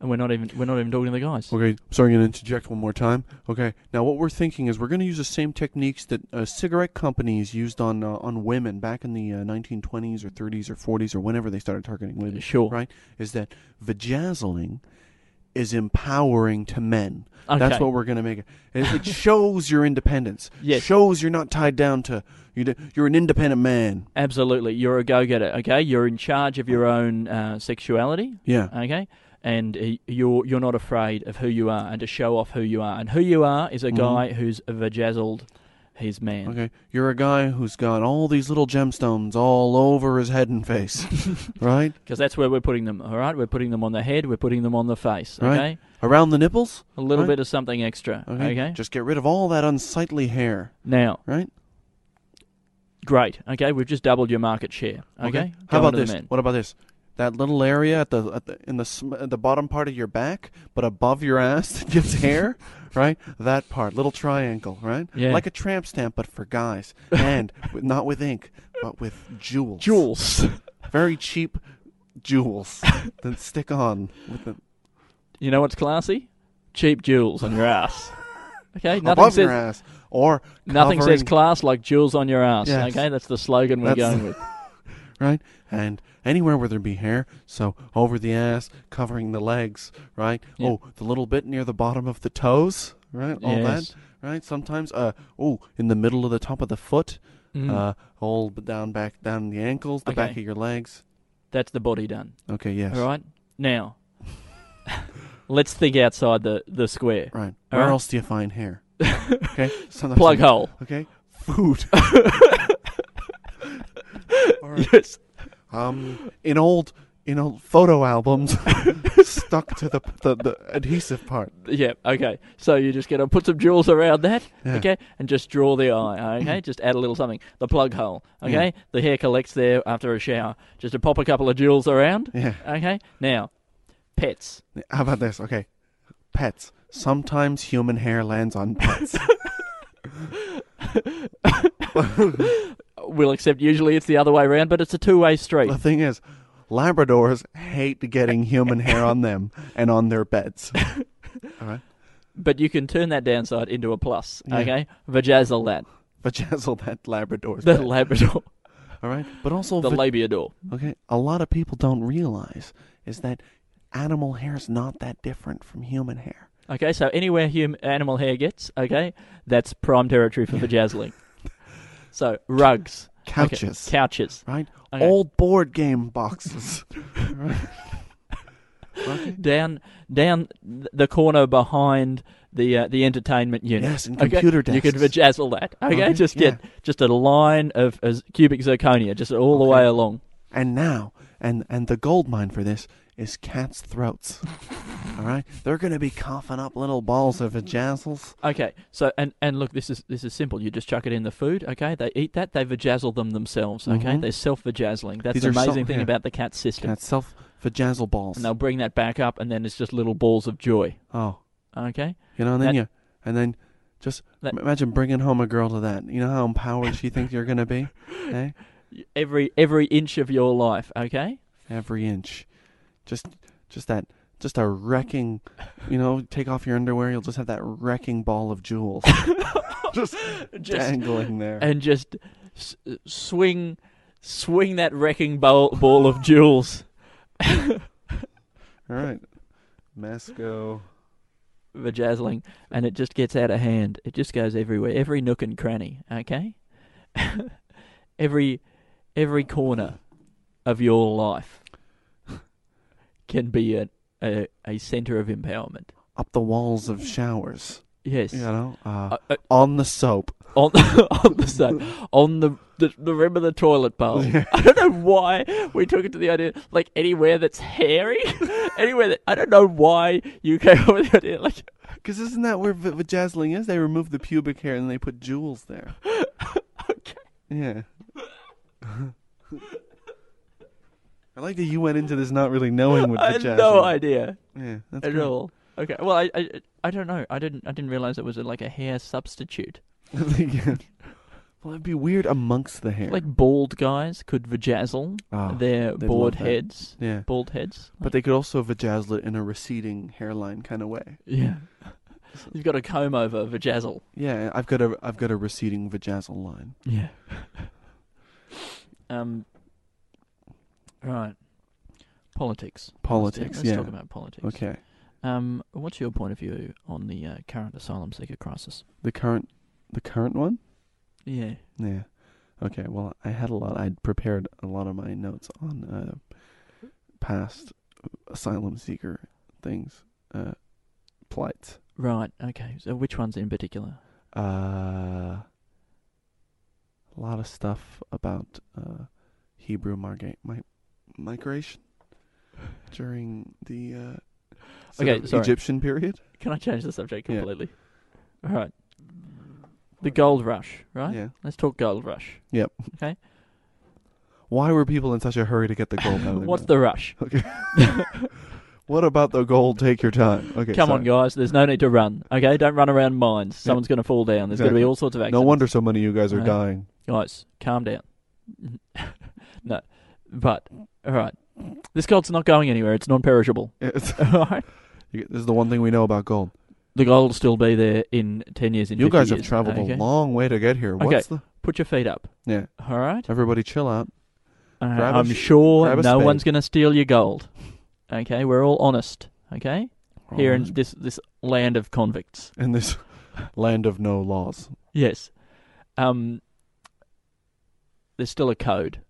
Speaker 2: and we're not even we're not even talking to the guys.
Speaker 1: Okay, sorry, I'm going to interject one more time. Okay, now what we're thinking is we're going to use the same techniques that uh, cigarette companies used on uh, on women back in the uh, 1920s or 30s or 40s or whenever they started targeting women.
Speaker 2: Sure.
Speaker 1: Right? Is that vajazzling is empowering to men.
Speaker 2: Okay.
Speaker 1: That's what we're going to make it. It, it shows your independence.
Speaker 2: Yes.
Speaker 1: Shows you're not tied down to, you d- you're an independent man.
Speaker 2: Absolutely, you're a go-getter. Okay, you're in charge of your own uh, sexuality.
Speaker 1: Yeah.
Speaker 2: Okay, and uh, you're you're not afraid of who you are and to show off who you are. And who you are is a guy who's vajazzled his man.
Speaker 1: Mm-hmm. Okay, you're a guy who's got all these little gemstones all over his head and face, right?
Speaker 2: Because that's where we're putting them. All right, we're putting them on the head. We're putting them on the face. Okay,
Speaker 1: Right. Around the nipples?
Speaker 2: a little
Speaker 1: Right.
Speaker 2: bit of something extra. Okay,
Speaker 1: Just get rid of all that unsightly hair,
Speaker 2: now
Speaker 1: right?
Speaker 2: great. Okay, we've just doubled your market share. Okay,
Speaker 1: How
Speaker 2: Go on
Speaker 1: about
Speaker 2: to the
Speaker 1: this?
Speaker 2: men.
Speaker 1: What about this? That little area at the, at the in the sm- at the bottom part of your back, but above your ass that gives hair, right? That part, little triangle, right?
Speaker 2: Yeah.
Speaker 1: Like a tramp stamp, but for guys, and with, not with ink, but with jewels.
Speaker 2: Jewels.
Speaker 1: Very cheap jewels that stick on with the
Speaker 2: you know what's classy? Cheap jewels on your ass. Okay, nothing
Speaker 1: above
Speaker 2: says
Speaker 1: your ass, or
Speaker 2: Nothing says
Speaker 1: covering-
Speaker 2: class like jewels on your ass.
Speaker 1: Yes.
Speaker 2: Okay, that's the slogan we're
Speaker 1: That's-
Speaker 2: going with.
Speaker 1: right? And anywhere where there be hair, so over the ass, covering the legs, right?
Speaker 2: Yeah.
Speaker 1: Oh, the little bit near the bottom of the toes, right? All
Speaker 2: Yes.
Speaker 1: that, right? Sometimes, uh, oh, in the middle of the top of the foot,
Speaker 2: Mm.
Speaker 1: uh, all b- down back down the ankles, the back
Speaker 2: Hmm. Okay.
Speaker 1: of your legs.
Speaker 2: That's the body done.
Speaker 1: Okay, yes,
Speaker 2: All right. Now, let's think outside the the square.
Speaker 1: right.
Speaker 2: All
Speaker 1: Where
Speaker 2: right.
Speaker 1: else do you find hair? okay, sometimes
Speaker 2: Plug
Speaker 1: you-
Speaker 2: hole.
Speaker 1: Okay, food. All right.
Speaker 2: Yes.
Speaker 1: Um, in old in old photo albums, stuck to the, the the adhesive part.
Speaker 2: Yeah. Okay. So you're just gonna put some jewels around that.
Speaker 1: Yeah.
Speaker 2: Okay. And just draw the eye. Okay. just add a little something. The plug hole. Okay. The hair collects there after a shower. Just to pop a couple of jewels around.
Speaker 1: Yeah.
Speaker 2: Okay. Now, pets.
Speaker 1: How about this? Okay. Pets. Sometimes human hair lands on pets.
Speaker 2: We'll accept. Usually it's the other way around, but it's a two way street.
Speaker 1: the thing is, Labradors hate getting human hair on them and on their beds. All right.
Speaker 2: But you can turn that downside into a plus, okay? Vajazzle that.
Speaker 1: Vajazzle that Labrador's
Speaker 2: The
Speaker 1: bed.
Speaker 2: Labrador.
Speaker 1: All right. But also,
Speaker 2: The
Speaker 1: va-
Speaker 2: Labiador.
Speaker 1: okay, a lot of people don't realize is that animal hair is not that different from human hair.
Speaker 2: Okay, so anywhere hum- animal hair gets, okay, that's prime territory for vajazzling. so, rugs. Okay,
Speaker 1: Couches.
Speaker 2: Couches.
Speaker 1: Right?
Speaker 2: Okay.
Speaker 1: Old board game boxes. Right? Okay.
Speaker 2: Down down th- the corner behind the uh, the entertainment unit.
Speaker 1: Yes, and
Speaker 2: Okay,
Speaker 1: computer
Speaker 2: You could
Speaker 1: desks. Uh-huh.
Speaker 2: vajazzle that. Okay,
Speaker 1: Okay,
Speaker 2: just get just a line of uh, cubic zirconia, just all the way along.
Speaker 1: And now, and and the gold mine for this is cats' throats. All right, they're gonna be coughing up little balls of vajazzles.
Speaker 2: Okay, so and and look, this is this is simple. You just chuck it in the food. Okay, they eat that. They vajazzle them themselves. Okay,
Speaker 1: Mhm.
Speaker 2: they're self vajazzling. That's
Speaker 1: These
Speaker 2: the
Speaker 1: are
Speaker 2: amazing
Speaker 1: self-
Speaker 2: thing
Speaker 1: yeah.
Speaker 2: about the cat system.
Speaker 1: Cats self vajazzle balls.
Speaker 2: And they'll bring that back up, and then it's just little balls of joy.
Speaker 1: Oh,
Speaker 2: Okay.
Speaker 1: You know, and then
Speaker 2: That-
Speaker 1: you, and then just
Speaker 2: That-
Speaker 1: m- imagine bringing home a girl to that. You know how empowered she thinks you're gonna be, eh?
Speaker 2: Every every inch of your life. Okay.
Speaker 1: Every inch, just, just that, just a wrecking. You know, take off your underwear, you'll just have that wrecking ball of jewels
Speaker 2: Just, just
Speaker 1: dangling there.
Speaker 2: and just s- swing, swing that wrecking ball, ball of jewels
Speaker 1: All right, Masco.
Speaker 2: vajazzling, and it just gets out of hand. It just goes everywhere, every nook and cranny. Okay, every every corner of your life can be a a, a center of empowerment.
Speaker 1: up the walls of showers.
Speaker 2: Yes,
Speaker 1: You know, uh,
Speaker 2: Uh, uh,
Speaker 1: on the soap.
Speaker 2: on on the side, on the, the the rim of the toilet bowl. I don't know why we took it to the idea like anywhere that's hairy, anywhere that I don't know why you came up with the idea like
Speaker 1: Because isn't that where v- vajazzling is? They remove the pubic hair and they put jewels there.
Speaker 2: okay.
Speaker 1: Yeah. I like that you went into this not really knowing what
Speaker 2: I had
Speaker 1: vajazzling.
Speaker 2: no idea
Speaker 1: Yeah, that's
Speaker 2: at
Speaker 1: great.
Speaker 2: all. Okay, well I, I I don't know. I didn't I didn't realize it was a, like a hair substitute.
Speaker 1: Yeah. Well, it'd be weird amongst the hair.
Speaker 2: Like bald guys could vajazzle
Speaker 1: Ah,
Speaker 2: their
Speaker 1: they'd
Speaker 2: bald
Speaker 1: love that.
Speaker 2: heads,
Speaker 1: yeah.
Speaker 2: bald heads.
Speaker 1: But they could also vajazzle it in a receding hairline kind of way.
Speaker 2: yeah, you've got a comb over vajazzle.
Speaker 1: Yeah, I've got a I've got a receding vajazzle line.
Speaker 2: Yeah. um. Right. Politics.
Speaker 1: Politics,
Speaker 2: Let's,
Speaker 1: yeah.
Speaker 2: talk about politics.
Speaker 1: Okay.
Speaker 2: Um, what's your point of view on the uh, current asylum seeker crisis?
Speaker 1: The current the current one?
Speaker 2: Yeah.
Speaker 1: Yeah. Okay. Well, I had a lot. I'd prepared a lot of my notes on uh, past asylum seeker things, uh, plights.
Speaker 2: Right. Okay. So which ones in particular?
Speaker 1: Uh, a lot of stuff about uh, Hebrew marga- mi- migration during the uh, sort
Speaker 2: Okay,
Speaker 1: of
Speaker 2: sorry.
Speaker 1: Egyptian period.
Speaker 2: Can I change the subject
Speaker 1: Yeah.
Speaker 2: completely? All right. The gold rush, right?
Speaker 1: Yeah.
Speaker 2: Let's talk gold rush.
Speaker 1: Why were people in such a hurry to get the gold? out of their
Speaker 2: What's
Speaker 1: mouth?
Speaker 2: the rush?
Speaker 1: What about the gold? Take your time. Okay.
Speaker 2: Come
Speaker 1: sorry.
Speaker 2: on, guys. There's no need to run. Okay, don't run around mines. Someone's going to fall down. There's going
Speaker 1: Exactly.
Speaker 2: to be all sorts of
Speaker 1: No
Speaker 2: accidents.
Speaker 1: wonder so many of you guys are
Speaker 2: Right.
Speaker 1: dying.
Speaker 2: Guys, calm down. no, but all right, this gold's not going anywhere. It's non-perishable.
Speaker 1: It's-
Speaker 2: All right,
Speaker 1: You- This is the one thing we know about gold.
Speaker 2: the gold will still be there in ten years. In
Speaker 1: You
Speaker 2: 50
Speaker 1: guys have
Speaker 2: years,
Speaker 1: traveled
Speaker 2: okay?
Speaker 1: a long way to get here.
Speaker 2: Okay.
Speaker 1: What's the?
Speaker 2: Put your feet up.
Speaker 1: Yeah,
Speaker 2: All right.
Speaker 1: everybody, chill out.
Speaker 2: Uh,
Speaker 1: Grab a
Speaker 2: I'm
Speaker 1: sh-
Speaker 2: sure
Speaker 1: grab a
Speaker 2: no
Speaker 1: spade.
Speaker 2: one's going to steal your gold. Okay, we're all honest. Okay, here in this this land of convicts.
Speaker 1: in this land of no laws.
Speaker 2: Yes. Um there's still a code.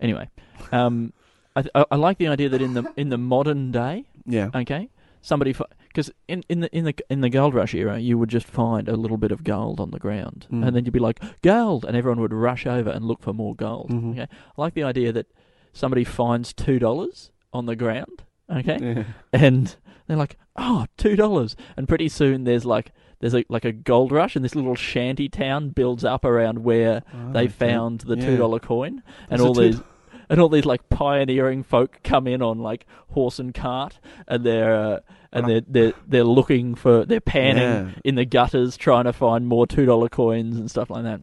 Speaker 2: Anyway, um I, I I like the idea that in the in the modern day,
Speaker 1: Yeah,
Speaker 2: okay? Somebody because in, in the in the in the gold rush era, you would just find a little bit of gold on the ground,
Speaker 1: Mm.
Speaker 2: and then you'd be like gold, and everyone would rush over and look for more gold.
Speaker 1: Mhm.
Speaker 2: Okay, I like the idea that somebody finds two dollars on the ground, okay,
Speaker 1: yeah.
Speaker 2: and they're like, oh, two dollars. And pretty soon there's like there's a, like a gold rush, and this little shanty town builds up around where they found the
Speaker 1: Oh, Yeah.
Speaker 2: two dollar coin, and
Speaker 1: That's a
Speaker 2: all
Speaker 1: two-
Speaker 2: these. And all these like pioneering folk come in on like horse and cart, and they're uh, and they're, they're they're looking for they're panning
Speaker 1: Yeah.
Speaker 2: in the gutters trying to find more two dollar coins and stuff like that.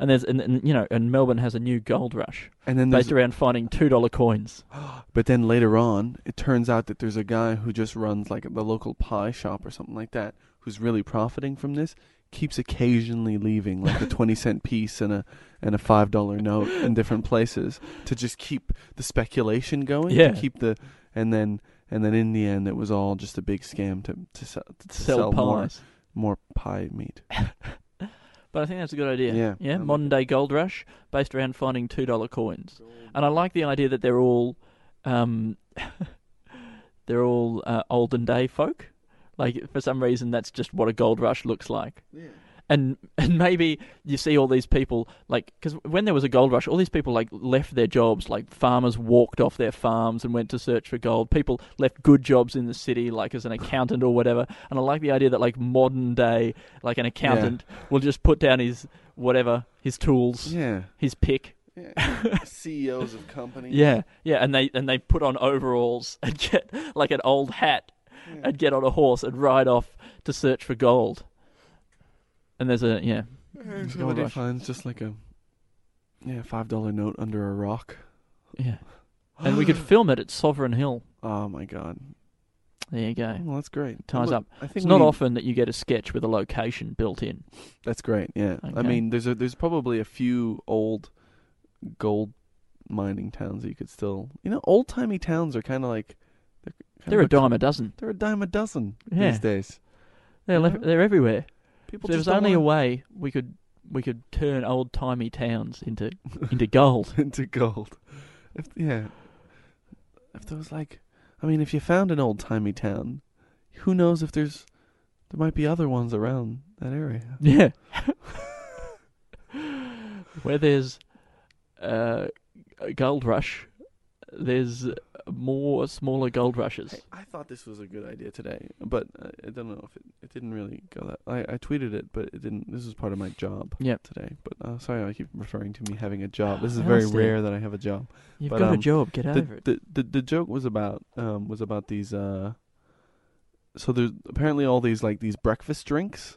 Speaker 2: And there's and, and you know and Melbourne has a new gold rush
Speaker 1: And then
Speaker 2: based
Speaker 1: there's,
Speaker 2: around finding two dollar coins.
Speaker 1: but then later on, it turns out that there's a guy who just runs like the local pie shop or something like that, who's really profiting from this. Keeps occasionally leaving like a twenty cent piece and a and a five dollar note in different places to just keep the speculation going.
Speaker 2: Yeah.
Speaker 1: to keep the and then and then in the end, it was all just a big scam to to sell, to
Speaker 2: Sell,
Speaker 1: sell
Speaker 2: pies.
Speaker 1: more more pie meat.
Speaker 2: But I think that's a good idea.
Speaker 1: Yeah, I
Speaker 2: Yeah.
Speaker 1: like
Speaker 2: Modern day gold rush based around finding two dollar coins, and I like the idea that they're all, um, they're all uh, olden day folk. Like for some reason, that's just what a gold rush looks like. Yeah. And and maybe you see all these people like because when there was a gold rush, all these people like left their jobs. Like farmers walked off their farms and went to search for gold. People left good jobs in the city, like as an accountant or whatever. And I like the idea that like modern day, like an accountant will just put down his whatever his tools,
Speaker 1: Yeah.
Speaker 2: his pick.
Speaker 1: CEOs E of companies.
Speaker 2: Yeah, yeah, and they and they put on overalls and get like an old hat and get on a horse and ride off to search for gold. And there's a yeah,
Speaker 1: And
Speaker 2: gold
Speaker 1: Somebody
Speaker 2: rush.
Speaker 1: finds just like a yeah five dollar note under a rock.
Speaker 2: yeah. And we could film it at Sovereign Hill.
Speaker 1: Oh my god!
Speaker 2: There you go.
Speaker 1: Well, that's great.
Speaker 2: Ties
Speaker 1: Look,
Speaker 2: up.
Speaker 1: I think
Speaker 2: It's
Speaker 1: we
Speaker 2: not
Speaker 1: need-
Speaker 2: often that you get a sketch with a location built in.
Speaker 1: That's great. Yeah. I
Speaker 2: Okay.
Speaker 1: mean, there's a there's probably a few old gold mining towns that you could still you know old timey towns are kind of like they're, kinda
Speaker 2: They're a
Speaker 1: like-
Speaker 2: dime a dozen.
Speaker 1: They're a dime a dozen
Speaker 2: Yeah.
Speaker 1: these days.
Speaker 2: They're
Speaker 1: Yeah.
Speaker 2: lef- they're everywhere.
Speaker 1: People
Speaker 2: So
Speaker 1: just
Speaker 2: there's only a
Speaker 1: don't
Speaker 2: way we could we could turn old timey towns into into gold.
Speaker 1: want into gold. If yeah, if there was like, I mean, if you found an old timey town, who knows if there's there might be other ones around that area.
Speaker 2: Yeah. Where there's uh, a gold rush, there's more smaller gold rushes.
Speaker 1: Hey, I thought this was a good idea today, but uh, I don't know if it, it didn't really go that. I, I tweeted it, but it didn't. This was part of my job
Speaker 2: Yep.
Speaker 1: today. But uh, sorry, I keep referring to me having a job. This is
Speaker 2: How's
Speaker 1: very
Speaker 2: that?
Speaker 1: rare that I have a job.
Speaker 2: You've
Speaker 1: But,
Speaker 2: got a
Speaker 1: um,
Speaker 2: job. Get over
Speaker 1: The,
Speaker 2: it.
Speaker 1: the the the joke was about um was about these uh. So there's apparently all these like these breakfast drinks,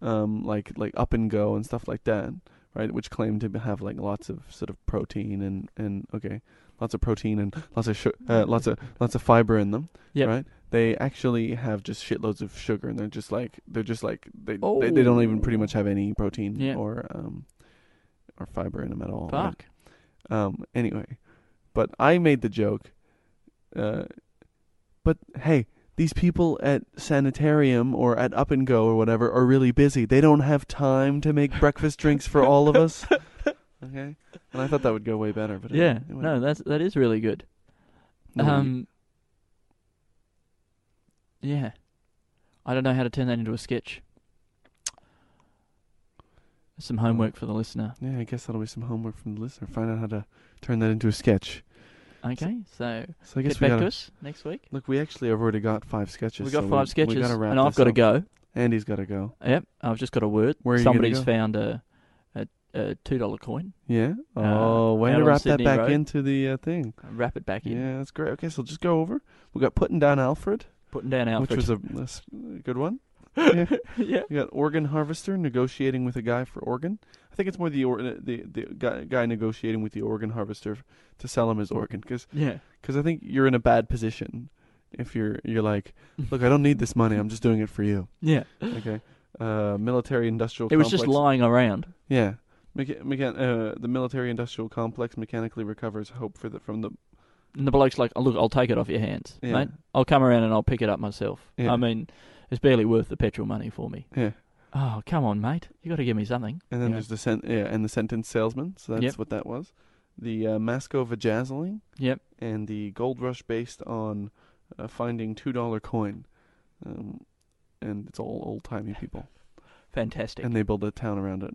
Speaker 1: um like like up and go and stuff like that, right? Which claim to have like lots of sort of protein and and okay, lots of protein and lots of su- uh, lots of lots of fiber in them
Speaker 2: Yep.
Speaker 1: right? They actually have just shitloads of sugar, and they're just like they're just like they they, they don't even pretty much have any protein
Speaker 2: Oh. Yeah.
Speaker 1: or um or fiber in them at all. right?
Speaker 2: Fuck.
Speaker 1: Um. Anyway, but I made the joke. Uh, but hey, these people at sanitarium or at Up and Go or whatever are really busy. They don't have time to make breakfast drinks for all of us. Okay, and I thought that would go way better, but it
Speaker 2: Yeah.
Speaker 1: went- it went-
Speaker 2: No, that's that is really good.
Speaker 1: no, it-
Speaker 2: um. Yeah. I don't know how to turn that into a sketch. Some homework for the listener.
Speaker 1: Yeah, I guess that'll be some homework from the listener. Find out how to turn that into a sketch.
Speaker 2: Okay, so
Speaker 1: So I guess
Speaker 2: get
Speaker 1: we
Speaker 2: back
Speaker 1: gotta,
Speaker 2: to us next week.
Speaker 1: look. We actually have already got five sketches.
Speaker 2: We've got
Speaker 1: so
Speaker 2: five
Speaker 1: we,
Speaker 2: sketches,
Speaker 1: we gotta wrap
Speaker 2: and I've
Speaker 1: this
Speaker 2: got to
Speaker 1: up.
Speaker 2: go.
Speaker 1: Andy's got to go.
Speaker 2: Yep, I've just got a word.
Speaker 1: Where are you gonna
Speaker 2: Somebody's
Speaker 1: go?
Speaker 2: found a, a, a two dollar coin.
Speaker 1: Yeah.
Speaker 2: Uh,
Speaker 1: Oh, way
Speaker 2: out
Speaker 1: to
Speaker 2: on
Speaker 1: wrap
Speaker 2: Sydney
Speaker 1: that back
Speaker 2: Road.
Speaker 1: into the uh, thing.
Speaker 2: I wrap it back in,
Speaker 1: Yeah, that's great. Okay, so just go over. We got putting down Alfred,
Speaker 2: putting down Alfred.
Speaker 1: which was a, a s- a good one. yeah.
Speaker 2: yeah,
Speaker 1: We got organ harvester negotiating with a guy for organ. I think it's more the or, uh, the the guy, guy negotiating with the organ harvester to sell him his organ because
Speaker 2: yeah,
Speaker 1: because I think you're in a bad position if you're you're like, look, I don't need this money. I'm just doing it for you.
Speaker 2: yeah.
Speaker 1: Okay. Uh, military industrial.
Speaker 2: It was just
Speaker 1: complex-
Speaker 2: lying around.
Speaker 1: Yeah. Mecha- mechan- uh, the military industrial complex mechanically recovers hope for the from the
Speaker 2: And the bloke's like, oh, "Look, I'll take it off your hands,
Speaker 1: yeah
Speaker 2: mate. I'll come around and I'll pick it up myself.
Speaker 1: Yeah.
Speaker 2: I mean, it's barely worth the petrol money for me.
Speaker 1: yeah.
Speaker 2: Oh, come on, mate. You got to give me something."
Speaker 1: And then
Speaker 2: Yeah.
Speaker 1: there's the sen- yeah and the sentence salesman. So that's
Speaker 2: Yep.
Speaker 1: what that was. The uh, Mascova jazzling.
Speaker 2: Yep.
Speaker 1: And the gold rush based on uh, finding two dollar coin, um, and it's all old timey people.
Speaker 2: fantastic.
Speaker 1: and they build a town around it.